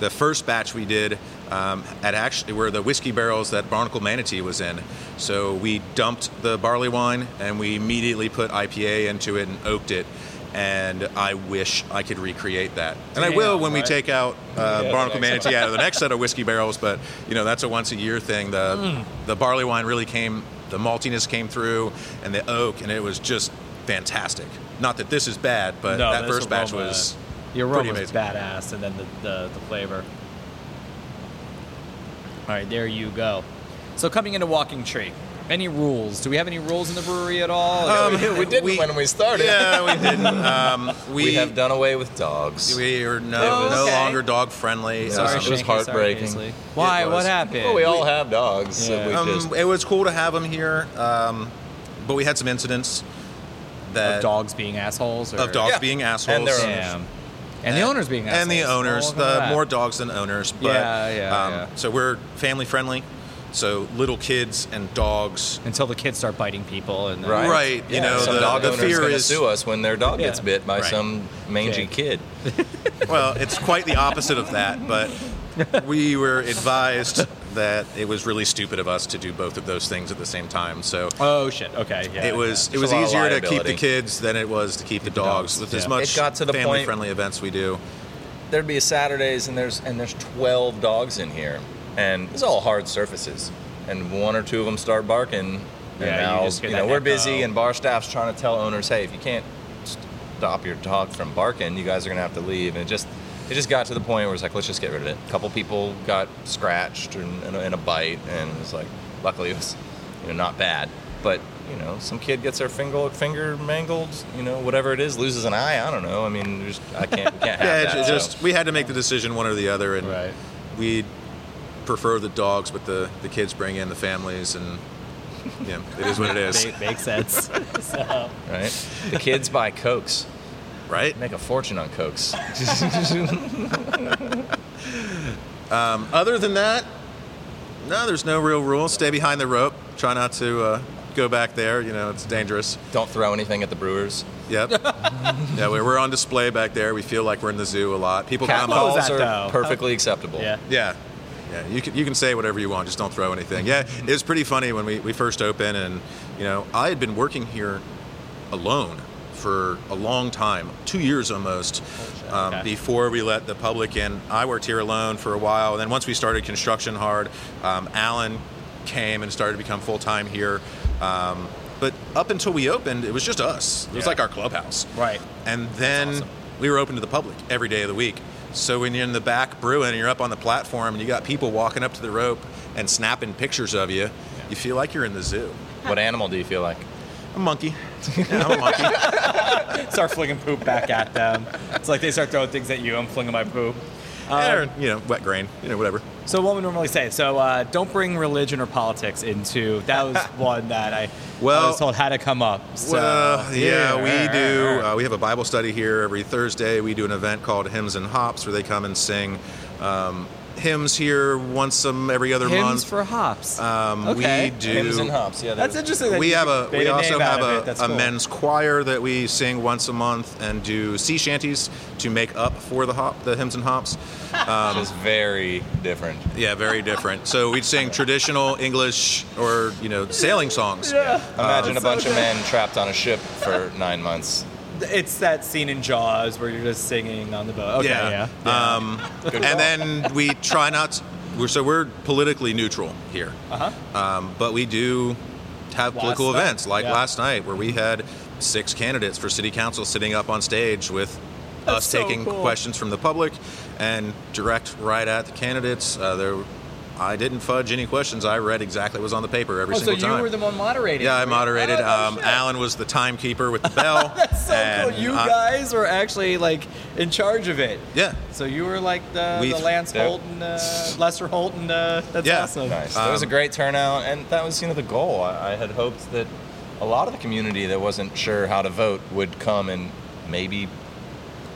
S3: The first batch we did um, at actually were the whiskey barrels that Barnacle Manatee was in. So we dumped the barley wine and we immediately put IPA into it and oaked it. And I wish I could recreate that. And I will
S1: Damn,
S3: when we
S1: right.
S3: take out uh,
S4: the
S3: Barnacle
S4: next
S3: Manatee out of the next set of whiskey barrels. But you know that's a once a year thing. The
S1: Mm.
S3: the barley wine really came, the maltiness came through, and the oak, and it was just fantastic. Not that this is bad, but
S1: No,
S3: that
S1: this
S3: first batch
S1: aroma-
S3: was
S1: the aroma
S3: pretty
S1: was
S3: amazing.
S1: badass, and then the, the the flavor. All right, there you go. So coming into Walking Tree, any rules? Do we have any rules in the brewery at all?
S3: Um,
S4: *laughs*
S3: *laughs*
S4: we didn't
S3: we-
S4: when we started. *laughs*
S3: Yeah, we didn't. Um, we,
S4: We, have done away with dogs.
S3: We are no,
S1: Oh,
S3: no
S1: okay.
S3: longer dog friendly.
S4: Sorry,
S3: um,
S4: It was
S1: Shanky, sorry,
S4: heartbreaking.
S1: Paisley.
S4: It
S1: Why?
S3: was.
S1: What happened?
S4: well, we all have dogs.
S1: Yeah.
S4: So we
S3: um,
S4: just
S3: it was cool to have them here, um, but we had some incidents that
S1: of dogs being assholes. Or,
S3: of dogs
S4: Yeah.
S3: being assholes.
S4: And their owners.
S1: Damn. And the owners being assholes.
S3: and the
S1: All
S3: owners,
S1: of
S3: the
S1: that.
S3: more dogs than owners. But, um,
S1: Yeah, yeah, yeah.
S3: So we're family friendly. So little kids and dogs.
S1: until the kids start biting people and then-
S4: Right.
S3: Right, you know,
S4: some
S3: the-
S4: dog
S3: the
S4: owners
S3: fear
S4: gonna
S3: is-
S4: sue us when their dog
S1: Yeah.
S4: gets bit by
S3: Right.
S4: some mangy kid.
S3: Well, it's quite the opposite of that, but we were advised that it was really stupid of us to do both of those things at the same time. So
S1: Oh shit. Okay. Yeah.
S3: it was it
S4: a
S3: was
S4: lot of
S3: easier to keep the
S4: liability.
S3: kids than it was to keep the dogs.
S1: dogs,
S3: With
S1: yeah.
S3: as much
S4: It got to the point-
S3: family friendly events we do,
S4: There'd be Saturdays and there's and there's 12 dogs in here, and it's all hard surfaces, and one or two of them start barking.
S1: Yeah,
S4: and
S1: you
S4: now,
S1: just hear
S4: know
S1: that
S4: we're
S1: echo.
S4: busy, and bar staff's trying to tell owners, hey, if you can't stop your dog from barking, you guys are gonna have to leave. And it just it just got to the point where it's like, let's just get rid of it. A couple people got scratched and, and, a- and a bite, and it was like, luckily it was you know, not bad, but you know, some kid gets their finger finger mangled, you know, whatever it is, loses an eye. I don't know. I mean, there's, I can't, we can't
S3: *laughs*
S4: have
S3: Yeah,
S4: that.
S3: it's
S4: so.
S3: just we had to make the decision one or the other, and
S1: Right.
S3: we prefer the dogs, but the, the kids bring in the families, and yeah, it is what it is,
S1: Ma- makes
S3: *laughs*
S1: sense. *laughs* so,
S4: right. The kids buy cokes.
S3: right?
S4: Make a fortune on cokes.
S3: Um, other than that, no, there's no real rule. Stay behind the rope. Try not to uh, go back there. You know, it's dangerous.
S4: Don't throw anything at the brewers.
S3: Yep.
S4: *laughs*
S3: yeah, we're, we're on display back there. We feel like we're in the zoo a lot. People
S4: Cat
S3: come up.
S4: calls
S1: that,
S4: are
S1: though?
S4: perfectly acceptable.
S1: yeah.
S3: Yeah. Yeah, you can, you can say whatever you want, just don't throw anything. Yeah, it was pretty funny when we, we first opened, and you know, I had been working here alone for a long time, two years almost, um,
S1: Okay.
S3: before we let the public in. I worked here alone for a while, and then once we started construction hard, um, Alan came and started to become full time here. Um, but up until we opened, it was just us. It was
S1: Yeah.
S3: like our clubhouse.
S1: Right.
S3: And then we were open to the public every day of the week. So when you're in the back brewing and you're up on the platform and you got people walking up to the rope and snapping pictures of you, you feel like you're in the zoo.
S4: What animal do you feel like?
S3: A monkey. Yeah, I'm a monkey. Uh,
S1: Start flinging poop back at them. It's like they start throwing things at you. I'm flinging my poop.
S3: or, you know, wet grain, you know, whatever.
S1: So what would normally say? So uh, don't bring religion or politics into. That
S3: *laughs*
S1: was one that I, I
S3: Well-
S1: was told how to come up. So,
S3: well, yeah, we do.
S1: Yeah.
S3: Uh, we have a Bible study here every Thursday. We do an event called Hymns and Hops where they come and sing um, hymns here once um, every other
S2: Hymns
S3: month.
S2: for hops.
S1: Uh,
S3: um,
S1: Okay.
S3: We do.
S4: Hymns and hops. Yeah,
S1: That's
S4: there's-
S1: interesting. that
S3: we
S1: you
S3: have a
S1: made
S3: we
S1: name
S3: also
S1: out
S3: have
S1: of it.
S3: a,
S1: That's
S3: a
S1: cool. *laughs*
S3: men's choir that we sing once a month and do sea shanties to make up for the hop the hymns and hops
S4: Which
S1: Um,
S4: is very different.
S3: yeah very different so we'd sing traditional english or you know sailing songs yeah
S1: uh,
S4: Imagine a bunch of men trapped on a ship for nine months.
S1: It's that scene in Jaws where you're just singing on the boat. Okay, yeah.
S3: yeah, Um, and then we try not to, we're so we're politically neutral here
S1: uh-huh.
S3: Um, but we do have
S1: Last
S3: political
S1: night,
S3: events, like
S1: yeah.
S3: last night, where we had six candidates for city council sitting up on stage with us
S1: so
S3: taking
S1: cool.
S3: questions from the public and direct right at the candidates. Uh, there, I didn't fudge any questions. I read exactly what was on the paper every
S1: Oh, so
S3: single
S1: you
S3: time.
S1: were the one moderating.
S3: yeah, I moderated.
S1: Oh, no
S3: um,
S1: shit.
S3: Alan was the timekeeper
S1: *laughs*
S3: with the bell.
S1: That's so
S3: and
S1: cool. You
S3: I-
S1: guys were actually like in charge of it.
S3: Yeah.
S1: So you were like the,
S3: We-
S1: the Lance
S4: yeah.
S1: Holt and uh, Lester Holt and uh, that's
S3: Yeah.
S1: awesome.
S4: Nice. There was a
S3: Um,
S4: great turnout, and that was you know the goal. I, I had hoped that a lot of the community that wasn't sure how to vote would come and maybe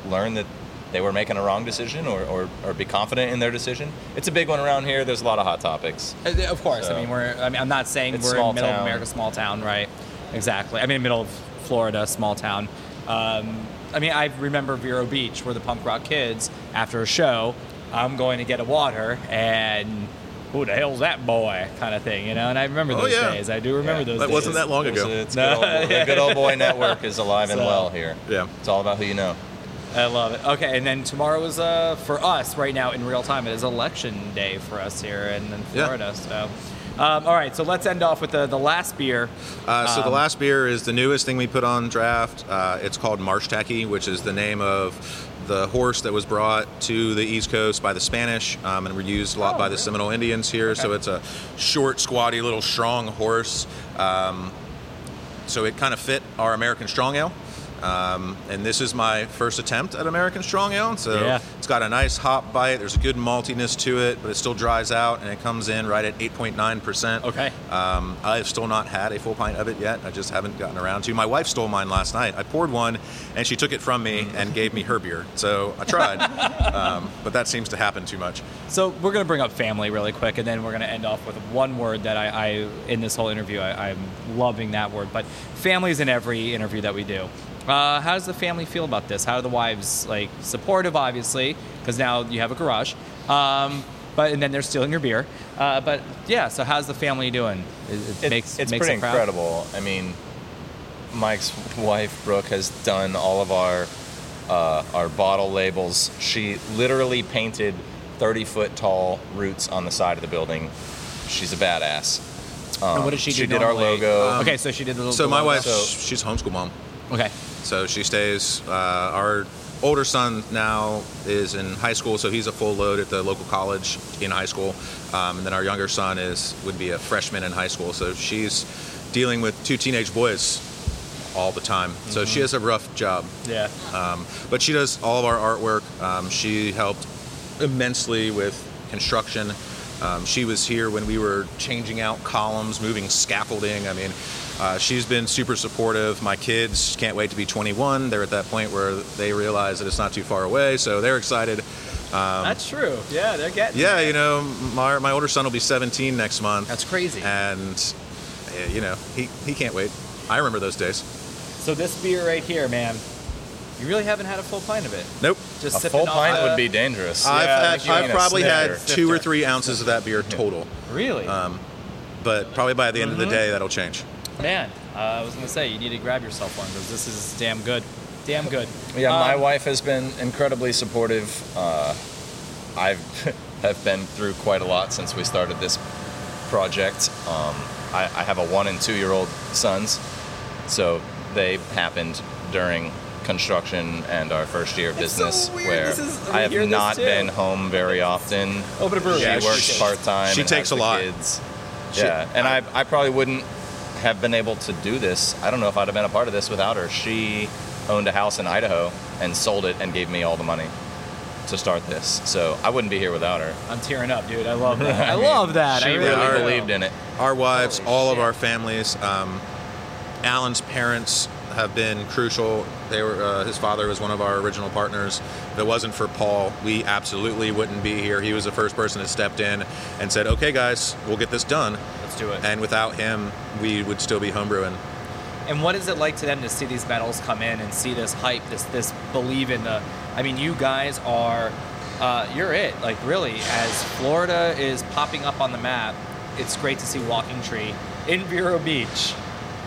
S4: learn that they were making a wrong decision or, or, or be confident in their decision. It's a big one around here. There's a lot of hot topics.
S1: Uh, th- Of course.
S4: So-
S1: I mean, we're. I mean, I'm not saying
S4: It's
S1: we're
S4: small
S1: in middle of
S4: town.
S1: America, small town, right? Exactly. I mean, middle of Florida, small town. Um, I mean, I remember Vero Beach, where the punk rock kids, after a show, I'm going to get a water, and who the hell's that boy, kind of thing, you know. And I remember
S3: Oh,
S1: those
S3: yeah.
S1: days. I do remember those.
S4: Yeah.
S3: That
S1: days.
S3: wasn't that long
S4: There's
S3: ago.
S4: a- it's
S1: No.
S4: good old boy- the good old
S3: *laughs*
S4: boy network is alive and
S1: So-
S4: well here.
S3: Yeah.
S4: It's all about who you know.
S1: I love it. Okay, and then tomorrow is uh, for us right now in real time. It is election day for us here in, in
S3: Yeah.
S1: Florida. So, um, all right. So let's end off with the, the last beer.
S3: Uh, so the
S1: Um,
S3: last beer is the newest thing we put on draft. Uh, it's called Marsh Tacky, which is the name of the horse that was brought to the East Coast by the Spanish um, and were used a lot
S1: Oh,
S3: by the Seminole Indians here. So it's a short, squatty, little strong horse. Um, so it kind of fit our American Strong Ale. Um, and this is my first attempt at American Strong Ale. So
S1: Yeah.
S3: it's got a nice hop bite. There's a good maltiness to it, but it still dries out and it comes in right at 8.9%.
S1: Okay.
S3: Um, I've still not had a full pint of it yet. I just haven't gotten around to. My wife stole mine last night. I poured one, and she took it from me and gave me her beer. So I tried, um, but that seems to happen too much.
S1: So we're gonna bring up family really quick, and then we're gonna end off with one word that I, I in this whole interview I, I'm loving that word. But family is in every interview that we do. Uh, how does the family feel about this? How are the wives like supportive? Obviously, because now you have a garage. Um, but and then they're stealing your beer. Uh, but yeah, so how's the family doing? It, it
S4: It-
S1: makes
S4: it's
S1: makes
S4: pretty
S1: them proud?
S4: incredible. I mean, Mike's wife Brooke has done all of our uh, our bottle labels. She literally painted 30 foot tall roots on the side of the building. She's a badass. Um,
S1: And what did she do?
S4: She did our
S1: normally?
S4: logo.
S1: okay, so she did the.
S3: So
S1: the
S3: my
S1: logo.
S3: wife,
S4: So-
S3: she's a homeschool mom.
S1: Okay.
S3: So she stays. Uh, our older son now is in high school, so he's a full load at the local college in high school. Um, and then our younger son is would be a freshman in high school, so she's dealing with two teenage boys all the time. So she has a rough job.
S1: Yeah.
S3: Um, but she does all of our artwork. Um, she helped immensely with construction. Um, she was here when we were changing out columns, moving scaffolding. I mean, uh, she's been super supportive. My kids can't wait to be 21. They're at that point where they realize that it's not too far away, so they're excited.
S1: That's true. Yeah, they're getting.
S3: Yeah, you know, my, my older son will be 17 next month.
S1: That's crazy.
S3: And, eh, you know, he, he can't wait. I remember those days.
S1: So this beer right here, man, you really haven't had a full pint of it.
S3: Nope.
S1: Just
S4: A
S1: sipping
S4: full
S1: off
S4: pint
S1: the-
S4: would be dangerous.
S3: I've,
S1: Yeah,
S3: had,
S4: like you're
S3: I've
S4: gonna
S3: probably
S4: snap
S3: had
S4: or
S3: two
S1: *laughs*
S3: or
S4: sift it.
S3: three ounces of that beer total,
S1: really,
S4: um,
S3: but probably by the end of the day that'll change.
S1: man. Uh, I was gonna say you need to grab yourself one because this is damn good, damn good.
S4: Yeah, my
S1: Um,
S4: wife has been incredibly supportive. Uh, I've *laughs* have been through quite a lot since we started this project. Um, I, I have a one and two year old sons, so they happened during construction and our first year of
S1: It's so
S4: business,
S1: weird.
S4: where
S1: This is- I
S4: I
S1: hear this
S4: have not
S1: too.
S4: been home very often.
S1: Open a brewery.
S4: She
S3: Yeah, she-
S4: works part time.
S3: she takes a lot.
S4: Kids.
S3: She-
S4: yeah, and I, I probably wouldn't have been able to do this. I don't know if I'd have been a part of this without her. She owned a house in Idaho and sold it and gave me all the money to start this. So I wouldn't be here without her.
S1: I'm tearing up, dude. I love
S4: *laughs*
S1: that.
S7: I love that.
S4: She
S7: I
S4: really,
S7: really,
S3: are.
S4: believed in it.
S3: Our wives,
S1: Holy
S3: all of
S1: shit.
S3: our families, um, Alan's parents have been crucial. They were uh, his father was one of our original partners. If it wasn't for Paul, we absolutely wouldn't be here. He was the first person that stepped in and said, "Okay, guys, we'll get this done."
S1: Let's do it.
S3: And without him, we would still be homebrewing.
S1: And what is it like to them to see these medals come in and see this hype, this this believe in the? I mean, you guys are, uh, you're it. Like really, as Florida is popping up on the map, it's great to see Walking Tree in Vero Beach.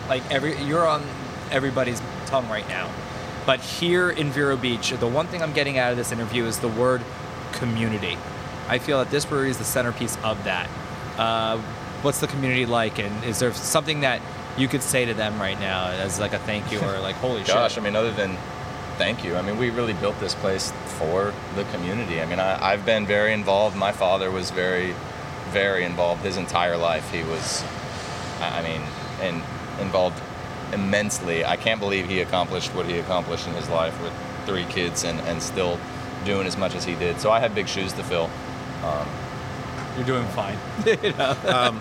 S1: Like every, you're on everybody's tongue right now. But here in Vero Beach, the one thing I'm getting out of this interview is the word community. I feel that this brewery is the centerpiece of that. Uh, what's the community like, and is there something that you could say to them right now as like a thank you or like holy
S4: Gosh, I
S1: shit?
S4: mean, other than thank you, I mean, we really built this place for the community. I mean, I, I've been very involved. My father was very, very involved his entire life. He was, I I mean, and involved immensely. I can't believe he accomplished what he accomplished in his life with three kids and, and still doing as much as he did. So I had big shoes to fill.
S1: You're doing fine.
S3: yeah,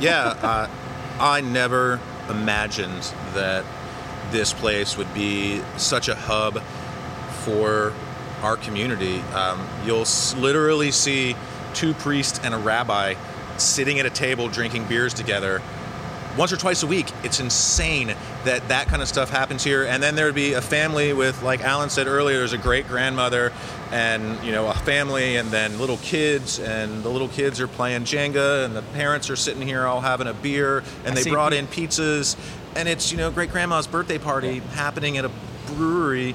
S3: *laughs* uh, I never imagined that this place would be such a hub for our community. Um, you'll s- literally see two priests and a rabbi sitting at a table drinking beers together once or twice a week. It's insane that that kind of stuff happens here. And then there'd be a family with, like Alan said earlier, there's a great grandmother and you know a family, and then little kids, and the little kids are playing Jenga, and the parents are sitting here all having a beer, and they
S1: see-
S3: brought in pizzas, and it's you know great grandma's birthday party happening at a brewery.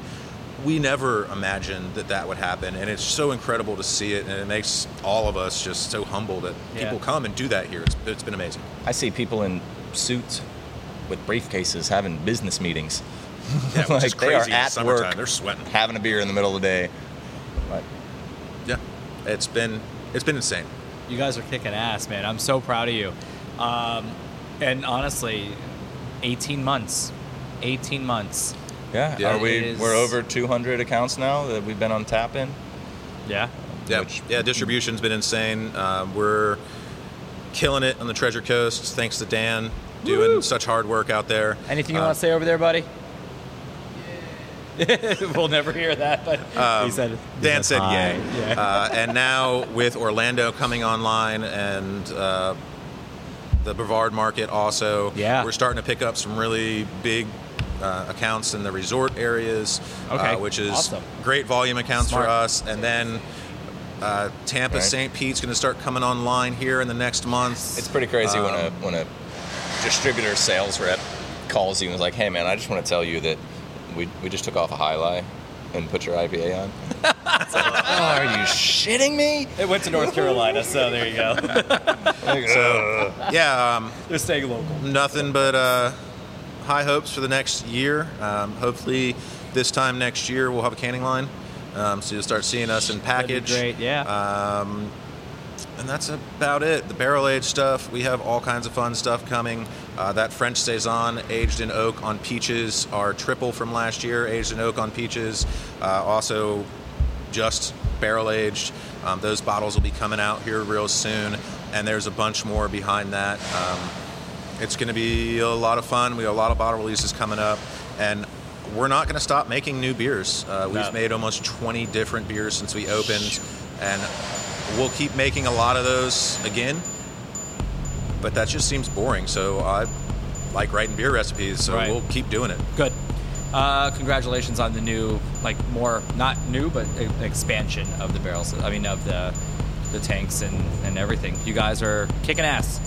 S3: We never imagined that that would happen, and it's so incredible to see it, and it makes all of us just so humble that
S1: Yeah.
S3: people come and do that here. It's, it's been
S4: *laughs*
S3: amazing.
S4: I see people in suits with briefcases having business meetings.
S3: Yeah, which is
S4: Like, they are
S3: crazy. in
S4: at
S3: summertime.
S4: work.
S3: They're sweating.
S4: having a beer in the middle of the day. Like,
S3: Yeah, it's been it's been insane.
S1: You guys are kicking ass, man. I'm so proud of you. Um, and honestly, 18 months, 18 months.
S4: yeah,
S3: Yeah.
S4: are we?
S1: It is-
S4: We're over 200 accounts now that we've been on tap in.
S1: Yeah.
S3: Yeah,
S4: Which-
S3: yeah, distribution's been insane. Um, we're killing it on the Treasure Coast, thanks to Dan doing such hard work out there.
S1: Anything you
S3: Um,
S1: want to say over there, buddy? *laughs* we'll never hear that, but he said. he
S3: Um, Dan said
S1: hi.
S3: yay.
S1: Yeah.
S3: Uh, and now with Orlando coming online and uh, the Brevard market also,
S1: Yeah.
S3: we're starting to pick up some really big uh, accounts in the resort areas,
S1: Okay.
S3: uh, which is
S1: Awesome.
S3: great volume accounts
S1: Smart.
S3: for us. And then uh, Tampa,
S4: Right.
S3: St. Pete's going to start coming online here in the next month.
S4: It's pretty crazy when a when a distributor sales rep calls you and is like, "Hey, man, I just want to tell you that we we just took off a high lie and put your IPA on." It's like, "Oh, are you shitting me?
S1: it went to North Carolina, so there you
S4: *laughs*
S1: go.
S4: Like, "Ugh."
S3: *laughs* yeah, um,
S1: They're staying local.
S3: nothing but uh, high hopes for the next year. Um, hopefully, this time next year we'll have a canning line, um, so you'll start seeing us in
S1: That'd be
S3: package.
S1: great, yeah.
S3: Um, and that's about it. The barrel aged stuff. We have all kinds of fun stuff coming. Uh, that French saison aged in oak on peaches, our triple from last year, aged in oak on peaches. Uh, also, just barrel aged. Um, those bottles will be coming out here real soon, and there's a bunch more behind that. Um, it's going to be a lot of fun. We have a lot of bottle releases coming up, and we're not going to stop making new beers. Uh, we've
S1: No.
S3: made almost 20 different beers since we opened, and we'll keep making a lot of those again. But that just seems boring, so I like writing beer recipes, so
S1: Right.
S3: we'll keep doing it.
S1: Good. Uh, congratulations on the new, like more not new, but e- expansion of the barrels. I mean, of the the tanks and and everything. You guys are kicking ass.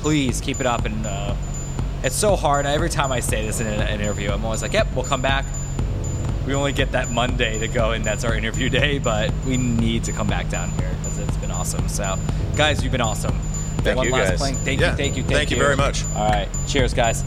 S1: Please keep it up. And uh, it's so hard. Every time I say this in an, an interview, I'm always like, "Yep, we'll come back." We only get that Monday to go, and that's our interview day. But we need to come back down here because it's been awesome. So, guys, you've been awesome.
S4: Thank
S1: One
S4: you,
S1: last
S4: guys.
S1: plank. Thank
S3: Yeah.
S1: you, thank you, thank,
S3: Thank you very much.
S1: All right, cheers, guys.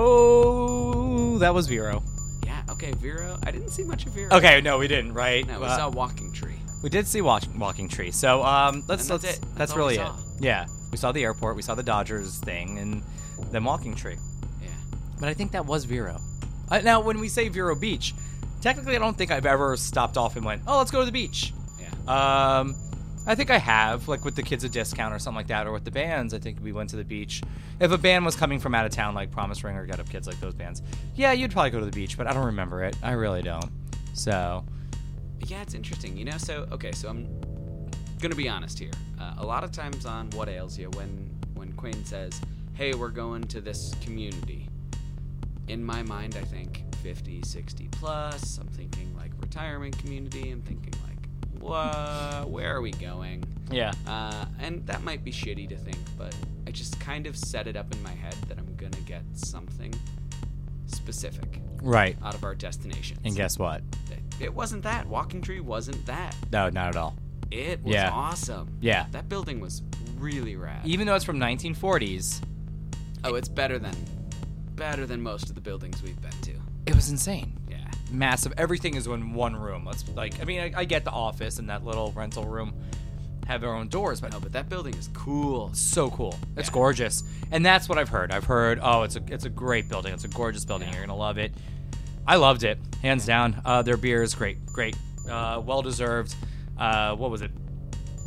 S1: So that was Vero.
S2: Yeah. Okay, Vero. I didn't see much of Vero.
S1: Okay, no, we didn't, right?
S2: No, we
S1: Uh,
S2: saw Walking Tree.
S1: we did see Walk- Walking Tree. So um, let's
S2: And that's
S1: let's
S2: it.
S1: that's,
S2: That's all
S1: really
S2: we
S1: it.
S2: saw.
S1: Yeah, we saw the airport, we saw the Dodgers thing, and then Walking Tree.
S2: Yeah.
S1: But I think that was Vero. Uh, now, when we say Vero Beach, technically, I don't think I've ever stopped off and went, "Oh, let's go to the beach."
S2: Yeah.
S1: Um, I think I have, like with the kids at discount or something like that, or with the bands. I think we went to the beach. If a band was coming from out of town, like Promise Ring or Get Up Kids, like those bands, yeah, you'd probably go to the beach. But I don't remember it. I really don't. So
S2: Yeah, it's interesting. You know, so okay, so I'm gonna be honest here. Uh, a lot of times on What Ails You, when when Quinn says, "Hey, we're going to this community," in my mind, I think 50, 60 plus. I'm thinking like retirement community. I'm thinking like, what? Where are we going?
S1: yeah,
S2: Uh, and that might be shitty to think, but I just kind of set it up in my head that I'm gonna get something specific
S1: right.
S2: out of our destinations.
S1: And guess what?
S2: it wasn't that. Walking Tree wasn't that.
S1: No, not at all.
S2: It was
S1: Yeah.
S2: awesome.
S1: Yeah.
S2: That building was really rad.
S1: Even though it's from 1940s,
S2: oh, it's better than better than most of the buildings we've been to.
S1: it was insane.
S2: Yeah.
S1: massive. Everything is in one room. Let's like, I mean, I, I get the office and that little rental room have their own doors, but
S2: No, but that building is cool.
S1: it's so cool. It's gorgeous, and that's what I've heard. I've heard, oh, it's a it's a great building. It's a gorgeous building. You're gonna love it. I loved it, hands down. Uh, their beer is great, great, uh, well deserved. Uh, what was it?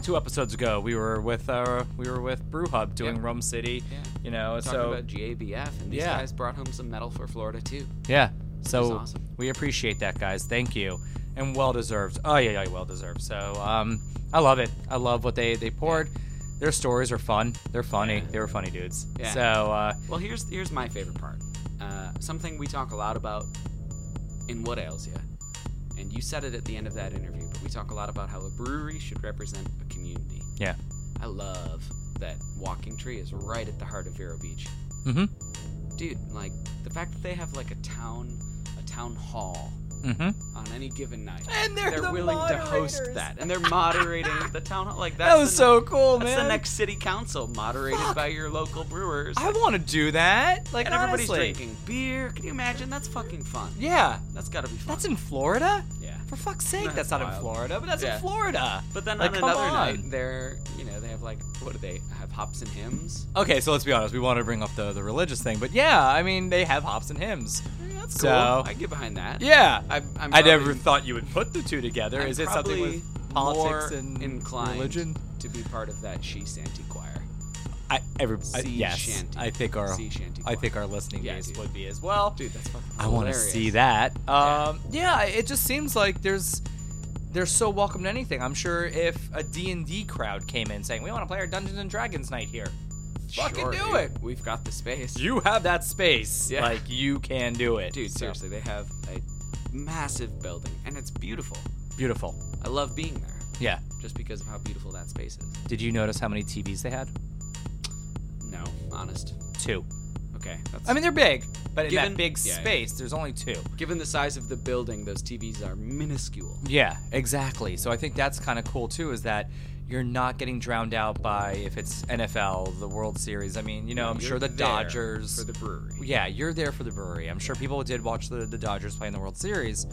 S1: Two episodes ago, we were with uh, we were with Brew Hub doing
S2: Yep.
S1: Rum City.
S2: Yeah.
S1: You know,
S2: Talking
S1: so
S2: about GABF, and these
S1: Yeah.
S2: guys brought home some medal for Florida too.
S1: Yeah. So
S2: awesome.
S1: we appreciate that, guys. Thank you, and well deserved. Oh yeah, yeah, well deserved. So um, I love it. I love what they they poured. Their stories are fun. They're funny. They were funny dudes.
S2: Yeah.
S1: So uh,
S2: Well, here's here's my favorite part. Uh, something we talk a lot about in What Ails Ya, and you said it at the end of that interview, but we talk a lot about how a brewery should represent a community.
S1: yeah.
S2: I love that Walking Tree is right at the heart of Vero Beach.
S1: Mhm.
S2: Dude, like the fact that they have like a town, a town hall
S1: Mhm.
S2: on any given night,
S1: And they're the
S2: willing to host
S1: moderators.
S2: that, and they're moderating the town hall. Like that's
S1: *laughs* That was
S2: the-
S1: so cool,
S2: That's
S1: man.
S2: the next city council, moderated by your local brewers,
S1: I want to do that. Like
S2: and everybody's
S1: honestly.
S2: drinking beer. Can you imagine? That's fucking fun.
S1: Yeah.
S2: that's gotta be fun.
S1: That's in Florida.
S2: yeah.
S1: For fuck's sake,
S2: That's
S1: that's, not in
S2: wild.
S1: Florida, but that's
S2: Yeah.
S1: in Florida.
S2: But then
S1: Like,
S2: on
S1: come
S2: another
S1: on.
S2: night, they're you know they have like what do they have hops and hymns?
S1: Okay, so let's be honest. We want to bring up the, the religious thing, but yeah, I mean they have hops and hymns.
S2: That's
S1: So-
S2: cool. I can get behind that.
S1: Yeah,
S2: I- I'm
S1: I never
S2: probably-
S1: thought you would put the two together.
S2: I'm
S1: Is it something
S2: probably
S1: with politics
S2: more
S1: and
S2: inclined
S1: religion?
S2: to be part of that she shanty choir?
S1: I, every, I-
S2: Sea
S1: yes,
S2: shanty.
S1: I think our
S2: Sea shanty
S1: I
S2: choir.
S1: think our listening
S2: Yeah,
S1: base
S2: dude.
S1: would be as well.
S2: Dude, that's fucking.
S1: I want to see
S2: hilarious.
S1: that. Um, yeah. it just seems like there's they're so welcome to anything. I'm sure if a D and D crowd came in saying we want to play our Dungeons and Dragons night here, fucking
S2: Sure,
S1: do
S2: dude.
S1: it.
S2: We've got the space,
S1: You have that space,
S2: Yeah.
S1: like you can do it,
S2: dude.
S1: So,
S2: Seriously, they have a massive building, and it's beautiful.
S1: Beautiful.
S2: I love being there,
S1: Yeah.
S2: just because of how beautiful that space is.
S1: Did you notice how many TVs they had?
S2: No, honest.
S1: Two.
S2: Okay. That's,
S1: I mean, they're big, but in
S2: Given-
S1: that big
S2: yeah, yeah.
S1: space, there's only two.
S2: given the size of the building, those TVs are minuscule.
S1: Yeah, exactly. So I think that's kind of cool too. Is that you're not getting drowned out by if it's NFL, the World Series. I mean, you know, I'm
S2: You're
S1: sure the
S2: there
S1: Dodgers
S2: for the brewery.
S1: yeah, you're there for the brewery. I'm sure people did watch the, the Dodgers play in the World Series,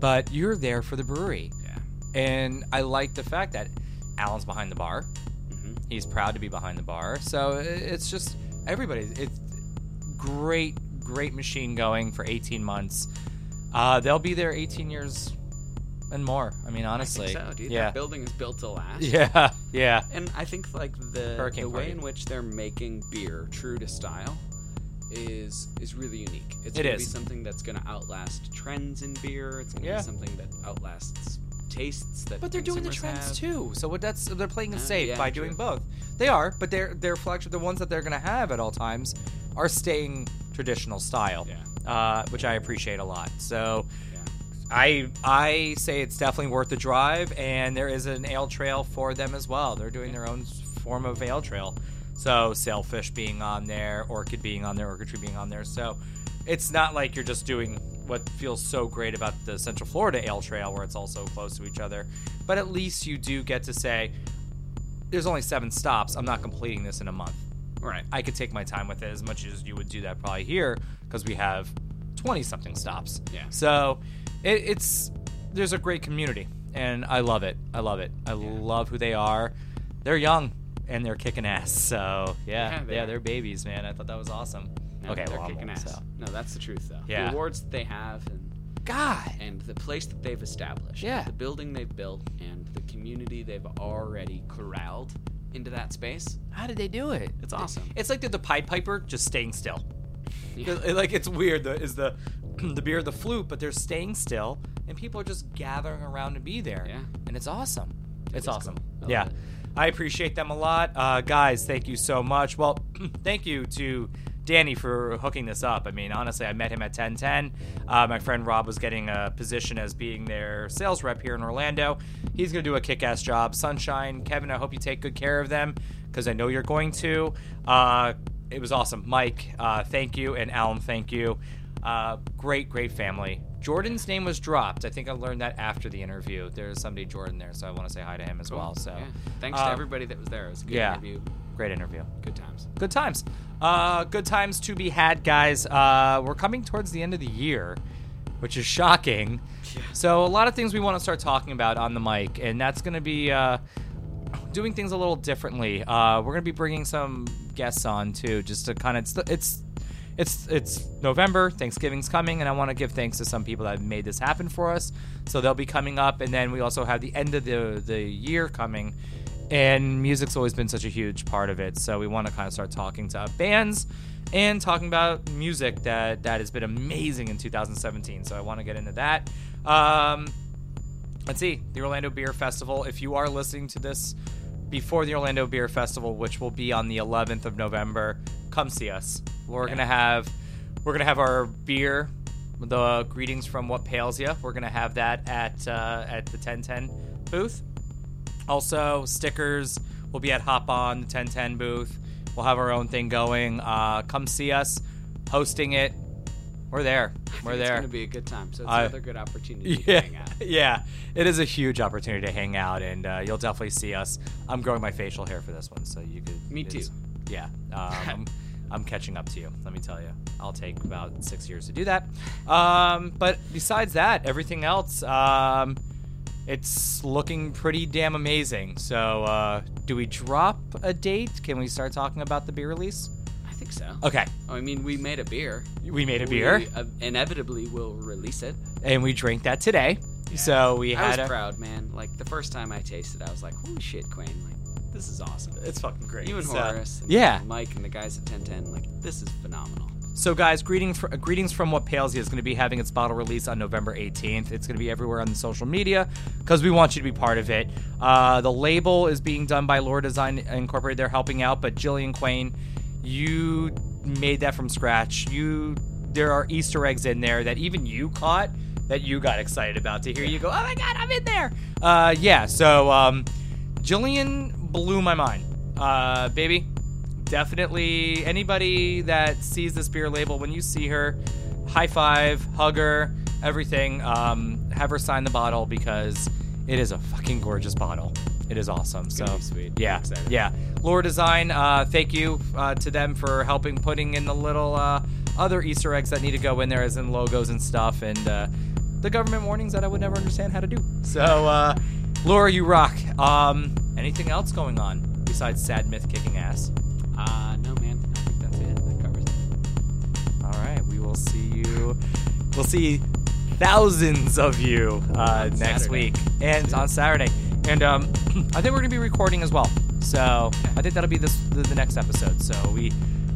S1: but you're there for the brewery.
S2: Yeah.
S1: And I like the fact that Alan's behind the bar. He's proud to be behind the bar. So i- it's just everybody. It's great, great machine going for 18 months. Uh, they'll be there 18 years and more. I mean, honestly.
S2: so, dude,
S1: yeah.
S2: that building is built to last.
S1: *laughs* yeah. Yeah.
S2: And I think like the
S1: Hurricane
S2: the way
S1: party.
S2: in which they're making beer true to style is is really unique. It's
S1: It
S2: gonna be
S1: is.
S2: something that's gonna outlast trends in beer. It's gonna
S1: Yeah.
S2: be something that outlasts tastes that
S1: But they're doing the
S2: consumers
S1: trends
S2: have.
S1: too. So what that's they're playing it
S2: Ah,
S1: safe
S2: yeah,
S1: by
S2: true.
S1: doing both. They are, but their their flagship, the ones that they're gonna have at all times, are staying traditional style,
S2: Yeah.
S1: uh, which I appreciate a lot. So.
S2: Yeah.
S1: I I say it's definitely worth the drive, and there is an ale trail for them as well. They're doing their own form of ale trail, so sailfish being on there, orchid being on there, orchid tree being on there. So it's not like you're just doing what feels so great about the Central Florida Ale Trail, where it's all so close to each other. But at least you do get to say, "There's only seven stops. I'm not completing this in a month."
S2: Right.
S1: I could take my time with it as much as you would do that probably here because we have 20 something stops.
S2: Yeah.
S1: So it, it's there's a great community and I love it. I love it. I love who they are. They're young and they're kicking ass. So yeah,
S2: Yeah,
S1: yeah,
S2: they
S1: they
S2: are.
S1: are babies, man. I thought that was awesome.
S2: No,
S1: okay,
S2: they're
S1: well, I'm
S2: kicking
S1: old,
S2: ass.
S1: so.
S2: No, that's the truth though. The
S1: Yeah.
S2: awards that they have and
S1: God,
S2: and the place that they've established,
S1: Yeah.
S2: the building they've built, and the community they've already corralled into that space.
S1: how did they do it?
S2: It's awesome.
S1: It's like the, the Pied Piper just staying still. It- Like it's weird. The, is the *clears throat* the beer the flute, but they're staying still, and people are just gathering around to be there.
S2: Yeah.
S1: and it's awesome.
S2: is
S1: it's awesome.
S2: cool. I
S1: Yeah,
S2: love it.
S1: I appreciate them a lot, uh, guys. Thank you so much. Well, *clears throat* thank you to Danny for hooking this up. I mean, honestly, I met him at 1010. Uh, my friend Rob was getting a position as being their sales rep here in Orlando. He's gonna do a kick-ass job. Sunshine, Kevin, I hope you take good care of them because I know you're going to. Uh, it was awesome. Mike, uh, thank you, and Alan, thank you. Uh, great, great family. Jordan's name was dropped. I think I learned that after the interview. There's somebody Jordan there, so I want to say hi to him as well. So,
S2: yeah. thanks to
S1: um,
S2: everybody that was there. It was a good
S1: yeah,
S2: interview.
S1: great interview
S2: Good times.
S1: good times. Uh, good times to be had, guys. Uh, we're coming towards the end of the year, which is shocking. So a lot of things we want to start talking about on the mic, and that's going to be uh, doing things a little differently. Uh, we're going to be bringing some guests on too, just to kind of it's it's it's it's November, Thanksgiving's coming, and I want to give thanks to some people that have made this happen for us. So they'll be coming up, and then we also have the end of the the year coming, and music's always been such a huge part of it. So we want to kind of start talking to bands and talking about music that that has been amazing in 2017. So I want to get into that. Um, let's see the orlando beer festival if you are listening to this before the orlando beer festival which will be on the 11th of november come see us we're gonna have we're gonna have our beer the greetings from what pales ya we're gonna have that at uh, at the 1010 booth also, stickers will be at Hop On, the 1010 booth. We'll have our own thing going. Uh, come see us. Hosting it. We're there. We're
S2: It's
S1: there.
S2: going to be a good time. So it's
S1: I-
S2: another good opportunity
S1: *laughs* yeah,
S2: to hang out.
S1: yeah. It is a huge opportunity to hang out, and uh, you'll definitely see us. I'm growing my facial hair for this one, so you could.
S2: Me
S1: it's-
S2: too.
S1: Yeah,
S2: *laughs*
S1: um, I'm catching up to you. Let me tell you, I'll take about six years to do that. Um, but besides that, everything else, um, it's looking pretty damn amazing. So, uh, do we drop a date? Can we start talking about the beer release?
S2: I think so.
S1: Okay,
S2: I mean, we made a beer.
S1: we Uh, made a beer,
S2: We, uh, inevitably will release it.
S1: and we drank that today. So we
S2: I was
S1: had a.
S2: proud, man. Like the first time I tasted, it, I was like, "Holy shit, Quayne! Like this is awesome."
S1: It's fucking great.
S2: you and
S1: So-
S2: Horace, and
S1: yeah.
S2: Mike, and the guys at 1010. Like this is phenomenal.
S1: So, guys, greeting fr- uh, greetings from What Pales You is going to be having its bottle release on November 18th. It's going to be everywhere on the social media because we want you to be part of it. Uh, the label is being done by Lore Design Incorporated. They're helping out, but Jillian Quain, you made that from scratch. You there are Easter eggs in there that even you caught that you got excited about to hear. You go, oh my god, I'm in there. Uh, yeah. So, um, Jillian blew my mind, uh, baby definitely anybody that sees this beer label when you see her, high five, hug her, everything. Um, have her sign the bottle because it is a fucking gorgeous bottle. It is awesome. so
S5: be sweet. I'm
S1: Yeah,
S5: excited.
S1: yeah. Lore Design, uh, thank you uh, to them for helping putting in the little uh, other Easter eggs that need to go in there, as in logos and stuff, and uh, the government warnings that I would never understand how to do. So, uh, Laura, you rock. Um, anything else going on besides Sad Myth kicking ass?
S2: Uh, no, man. I think that's it. That covers it.
S1: All right, we will see you. We'll see thousands of you uh,
S2: On
S1: next
S2: Saturday.
S1: week and on Saturday. And um, *clears throat* I think we're gonna be recording as well. So I think that'll be this the, the next episode. So we,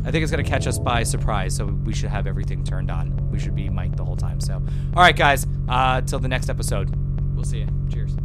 S1: I think it's gonna catch us by surprise. So we should have everything turned on. We should be mic'd the whole time. So all right, guys. Uh, till the next episode.
S2: We'll see you. Cheers.